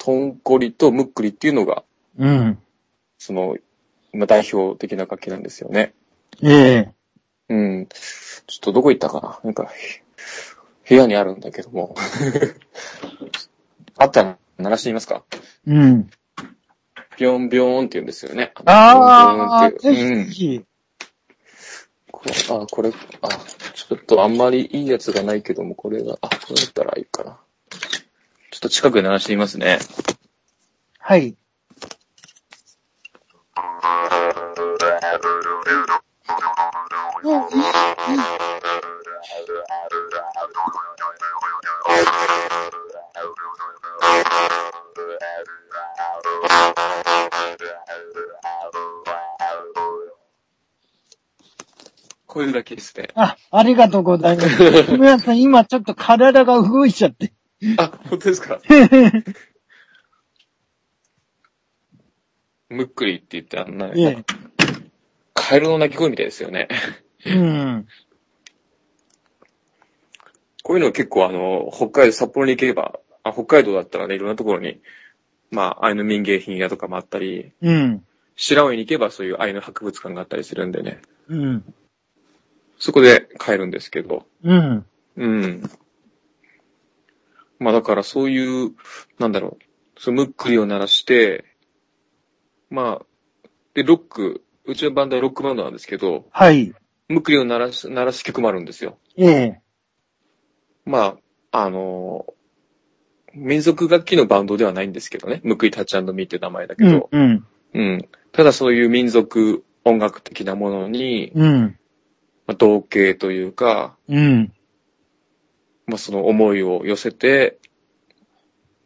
S2: トンコリとムックリっていうのが、
S1: うん。
S2: その、まあ代表的な楽器なんですよね。
S1: ええ。
S2: うん。ちょっとどこ行ったかななんか、へ部屋にあるんだけども。 あったら鳴らしてみますか
S1: うん。
S2: ビョンビョーンって言うんですよね。
S1: ああ、
S2: ビ
S1: ぜ
S2: ョンビョ
S1: ひ
S2: ーン
S1: ぜ
S2: っていう
S1: ひ。
S2: うん。こあ、これ、あ、ちょっとあんまりいいやつがないけども、これが、あ、これだったらいいかな。ちょっと近くで鳴らしてみますね。
S1: はい。お、いい、いい。
S2: こういうだけですね。
S1: あ、ありがとうございます。ごめんなさい、今ちょっと体が動いちゃって。
S2: あ、本当で すかむっくりって言って、あの、なんか
S1: いえ。
S2: カエルの鳴き声みたいですよね。
S1: うん。
S2: こういうの結構あの、北海道、札幌に行けば、あ北海道だったらね、いろんなところに、まあ、アイヌ民芸品屋とかもあったり、
S1: うん。
S2: 白尾に行けばそういうアイヌ博物館があったりするんでね、
S1: うん。
S2: そこで買えるんですけど、
S1: うん。
S2: うん。まあだからそういう、なんだろう、そのムックリを鳴らして、まあ、で、ロック、うちのバンドはロックバンドなんですけど、
S1: はい。
S2: ムックリを鳴らす、鳴らす曲もあるんですよ。
S1: ええ。
S2: まあ、あの民族楽器のバンドではないんですけどね。ムクイタッチミーっていう名前だけ
S1: うん
S2: ど。。
S1: うん。
S2: うん、ただそういう民族音楽的なものに、
S1: うん。
S2: まあ、同型というか、
S1: うん。
S2: まあ、その思いを寄せて、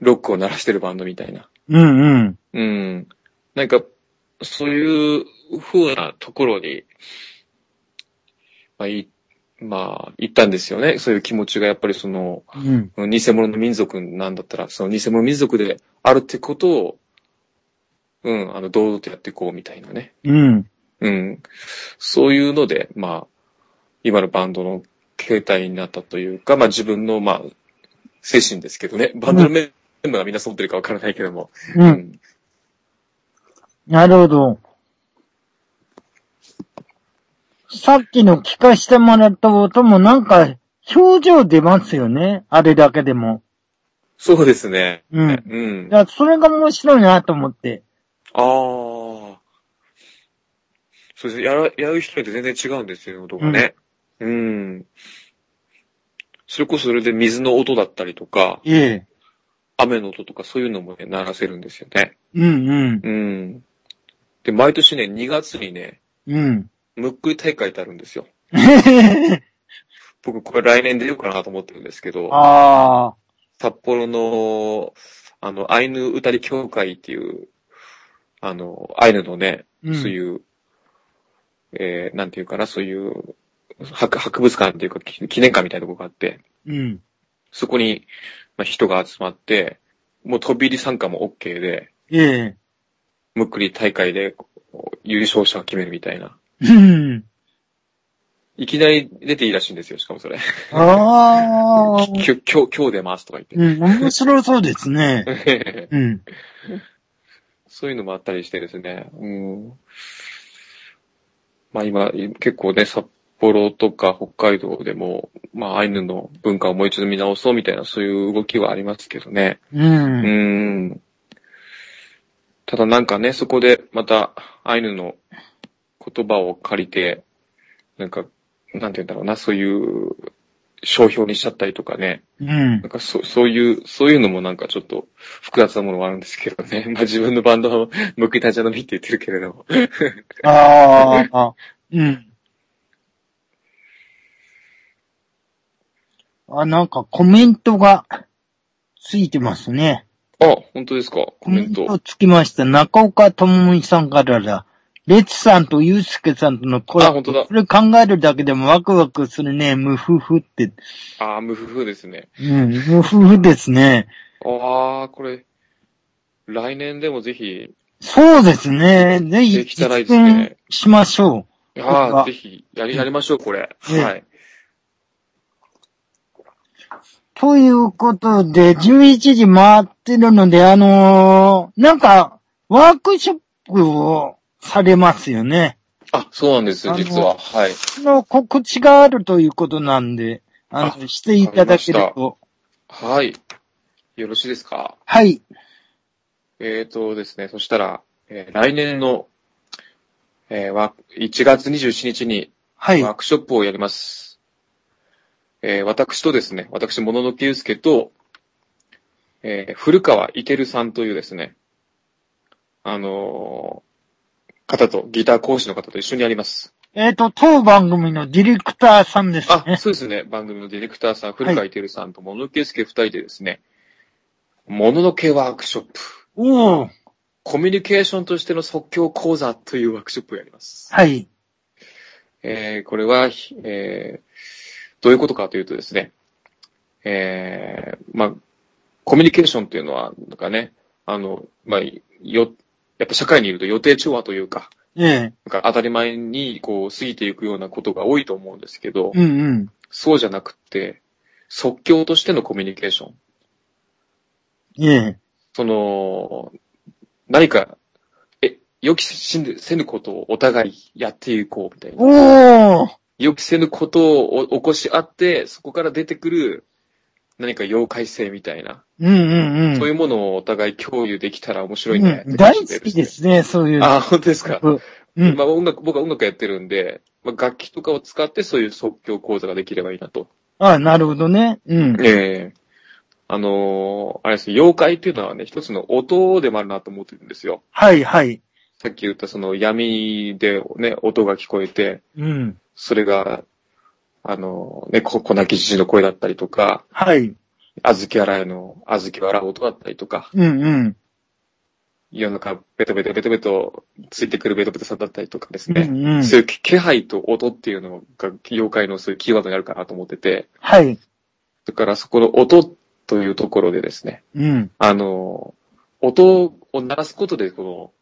S2: ロックを鳴らしてるバンドみたいな。
S1: うん。うん。
S2: うん。なんか、そういう風なところに、まあ、い、まあ、行ったんですよね。そういう気持ちがやっぱりその、
S1: うん。
S2: 偽物の民族なんだったら、その偽物民族であるってことを、うん、あの、堂々とやっていこうみたいなね。
S1: うん。
S2: うん。そういうので、まあ、今のバンドの形態になったというか、まあ自分の、まあ、精神ですけどね。バンドのメンバーがみんな揃ってるかわからないけども。
S1: う。。
S2: うん
S1: なるほど。さっきの聞かしてもらった音もなんか表情出ますよね。あれだけでも。
S2: そうですね。
S1: うん
S2: うん
S1: い。や、それが面白いなと思って。
S2: ああ。そうですね。やら、やる人によって全然違うんですよ、音がね。うん。それこそそれで水の音だったりとか、
S1: ええ。
S2: 雨の音とかそういうのもね、鳴らせるんですよね。
S1: うんうん。
S2: うん。で、毎年ね、2月にね、
S1: うん。
S2: ムックリ大会ってあるんですよ。僕、これ来年出ようかなと思ってるんですけ ど、
S1: ああ。
S2: 札幌の、あの、アイヌ歌り協会っていう、あの、アイヌのね、
S1: うん
S2: そういう、えー、なんていうかな、そういう、博博物館っていうか、記記念館みたいなとこがあって、
S1: うん。
S2: そこに、まあ、人が集まって、もう飛び入り参加も OK で、
S1: ええ。
S2: むっくり大会でこう優勝者を決めるみたいな。
S1: うん。
S2: いきなり出ていいらしいんですよ、しかもそれ。
S1: ああ。
S2: きょ今日、今日出ますとか言
S1: うん、面白そうですね。
S2: って。
S1: うん。
S2: そういうのもあったりしてですね。うん。まあ今、結構ね、札幌とか北海道でも、まあアイヌの文化をもう一度見直そうみたいな、そういう動きはありますけどね。
S1: う。
S2: うんん。ただなんかね、そこでまたアイヌの言葉を借りて、なんか、なんて言うんだろうな、そういう商標にしちゃったりとかね。
S1: うん
S2: な。んかそそういう、そういうのもなんかちょっと複雑なものはあるんですけどね。ま あ自分のバンドは向きたじゃのみって言ってるけれども。
S1: あ あ。うん。あ、なんかコメントがついてますね。
S2: あ、本当ですかコメント。
S1: つきました。中岡智美さんからだ。レツさんとユうスケさんとのコラ
S2: あ
S1: ボ。
S2: 本当だ
S1: それ考えるだけでもワクワクするね。ムフフって。
S2: ああ、無夫婦ですね。
S1: うん、ムフフですね。
S2: ああ、これ、来年でもぜひ、
S1: そうですね。ぜひ、
S2: できたらいいですね
S1: しましょう。
S2: あ
S1: あ
S2: あ、ぜひ、やり、やりましょう、これ。
S1: うん
S2: はい。
S1: ということで、11時回ってるので、あのーなんか、ワークショップをされますよね。
S2: あ、そうなんです
S1: あ、の
S2: 実は。はい。
S1: の告知があるということなんで、あの、
S2: あ
S1: していただけると。
S2: はい。よろしいですか
S1: はい。
S2: えーとですね、そしたら、えー来年の、えーわ1月27日に
S1: はい。
S2: ワークショップをやります。えー私とですね、私、もののけゆうすけと、えー古川いけるさんというですね、あのー方と、ギター講師の方と一緒にやります。
S1: えっ、と、当番組のディレクターさんです
S2: あ、
S1: ね。
S2: そうですね、番組のディレクターさん、古川いけるさんと、もののけゆうすけ二人でですね、もののけワークショップ、
S1: おお
S2: コミュニケーションとしての即興講座というワークショップをやります。
S1: はい。
S2: えーこれは、ひえーどういうことかというとですね、えーまあ、コミュニケーションというのは、なんかね、あの、まあ、よ、やっぱ社会にいると予定調和というか、
S1: ええ
S2: なんか当たり前にこう過ぎていくようなことが多いと思うんですけど、
S1: うんうん。
S2: そうじゃなくって、即興としてのコミュニケーション。
S1: ええ
S2: その、何か、え、予期せぬせぬことをお互いやっていこうみたいな。
S1: おお
S2: 予期せぬことを起こしあって、そこから出てくる何か妖怪性みたいな、
S1: うんうんうん。
S2: そういうものをお互い共有できたら面白いね、
S1: うん、大好きで。すね、そういう。
S2: あ、本当ですか。
S1: うん。うん
S2: まあ音楽、僕は音楽やってるんで、まあ、楽器とかを使ってそういう即興講座ができればいいなと。
S1: あなるほどね。うん。
S2: ええあのーあれです妖怪っていうのはね、一つの音でもあるなと思ってるんですよ。
S1: はいはい。
S2: さっき言ったその闇でね、音が聞こえて、
S1: うん。
S2: それが、あのーね、こ粉木じじの声だったりとか、
S1: はい。
S2: あずき洗いの、あずき笑う音だったりとか、
S1: うんうん。
S2: 世の中ベトベトベトベト、ついてくるベトベトさんだったりとかです
S1: う
S2: ね。
S1: んうん。
S2: そういう気配と音っていうのが、妖怪のそういうキーワードになるかなと思ってて、
S1: はい。
S2: だからそこの音というところでですね、
S1: うん。
S2: あの、音を鳴らすことで、この、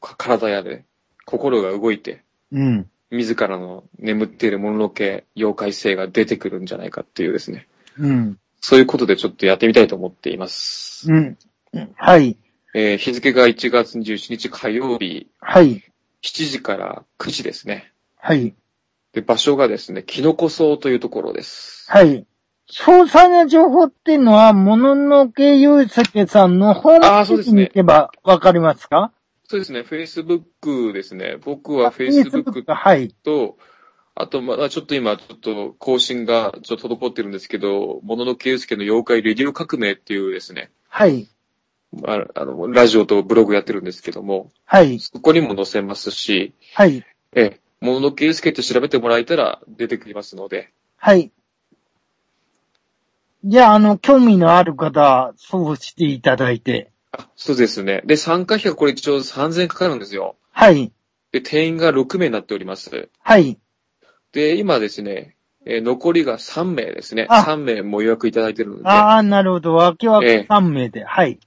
S2: か体やで、心が動いて、
S1: うん。
S2: 自らの眠っているもののけ、妖怪性が出てくるんじゃないかっていうですね。
S1: うん。
S2: そういうことでちょっとやってみたいと思っています。
S1: うん。うんはい。
S2: えー日付が1月27日火曜日、
S1: はい。
S2: 7時から9時ですね。
S1: はい。
S2: で、場所がですね、キノコ荘というところです。
S1: はい。詳細な情報っていうのは、もののけゆうすけさんのホーム
S2: あー
S1: ペー
S2: そうで
S1: ジ
S2: すね
S1: に行けばわかりますか
S2: そうですね、Facebook ですね。僕は
S1: Facebook
S2: Facebook
S1: かはい。
S2: と、あと、まだちょっと今、ちょっと更新がちょっと滞ってるんですけど、もののけゆうすけの妖怪レディオ革命っていうですね、
S1: はい。
S2: ああの、ラジオとブログやってるんですけども、
S1: はい。
S2: そこにも載せますし、
S1: はい。
S2: え、もののけゆうすけって調べてもらえたら出てきますので、
S1: はい。じゃあ、あの、興味のある方は、そうしていただいて。
S2: あそうですね。で、参加費がこれ一応3000円かかるんですよ。
S1: はい。
S2: で、定員が6名になっております。
S1: はい。
S2: で、今ですね、えー残りが3名ですね。
S1: あ
S2: 3名も予約いただいてるので、
S1: あ
S2: は
S1: あ、なるほど。わけわ
S2: え
S1: け
S2: え
S1: 3名で。はい。
S2: い。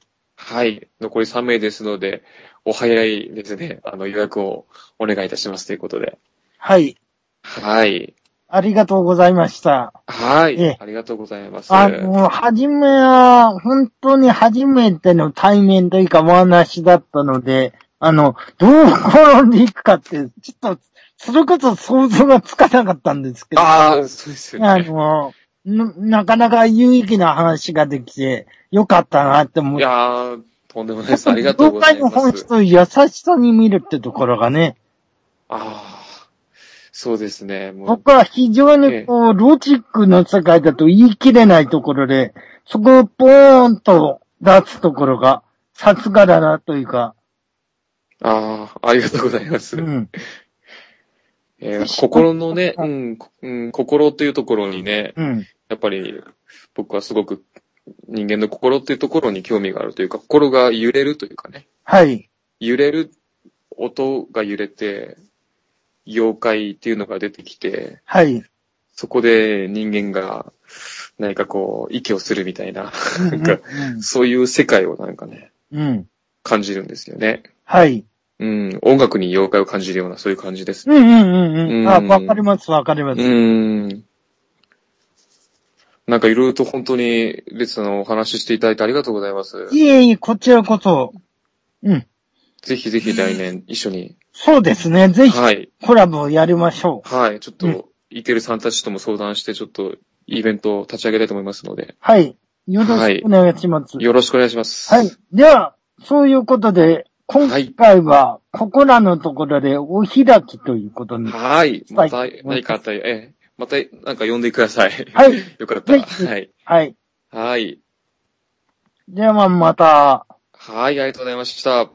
S2: 残り3名ですので、お早いですね。あの、予約をお願いいたしますということで。
S1: はい。
S2: はい。
S1: ありがとうございました。
S2: はい。
S1: ええ
S2: ありがとうございます。
S1: あの、はじめは、本当に初めての対面というかお話だったので、あの、どう転んでいくかって、ちょっと、それこそ想像がつかなかったんですけど、あ
S2: ああ、そうですよね。
S1: の、ななかなか有意義な話ができて、よかったなって思
S2: い
S1: っ
S2: や
S1: て。
S2: ー、とんでもないです。ありがとうござい
S1: 業界の
S2: ま
S1: 本
S2: す
S1: 質。を優しさに見るってところがね、
S2: ああ、そうですね。もう、
S1: 僕は非常にこう、ロジックの世界だと言い切れないところで、そこをポーンと出すところが、さすがだなというか、
S2: ああ、ありがとうございます。
S1: うん。
S2: えー心のね、うん、こうん、心というところにね、
S1: うん。
S2: やっぱり僕はすごく人間の心っていうところに興味があるというか、心が揺れるというかね、
S1: はい。
S2: 揺れる、音が揺れて、妖怪っていうのが出てきて、
S1: はい。
S2: そこで人間が何かこう、息をするみたいな、
S1: う
S2: なんか、そういう世界をなんかね、
S1: ん。うん。
S2: 感じるんですよね。
S1: はい。
S2: うん、音楽に妖怪を感じるような、そういう感じですね。
S1: うんうんうんうん。あ、
S2: うん
S1: わかりますわかりま
S2: う
S1: す。
S2: ーん。なんかいろいろと本当に、レッツさんのお話ししていただいてありがとうございます。
S1: いえいえ、こちらこそ。うん。
S2: ぜひぜひ来年一緒に。
S1: そうですね。ぜひ
S2: はい。
S1: コラボをやりましょう。
S2: はい。ちょっ
S1: うん
S2: と、いけるさんたちとも相談して、ちょっと、イベントを立ち上げたいと思いますので、
S1: はい。よろしくお願いします。
S2: よろしくお願いします。
S1: はい。では、そういうことで、今回は、ここらのところでお開きということに。は
S2: はい。また
S1: はい
S2: 何かあったら、ええ、またなんか呼んでください。
S1: い。
S2: よかったら。
S1: ぜひ
S2: はい。
S1: はい。
S2: はい。
S1: ではまた。
S2: はい、ありがとうございました。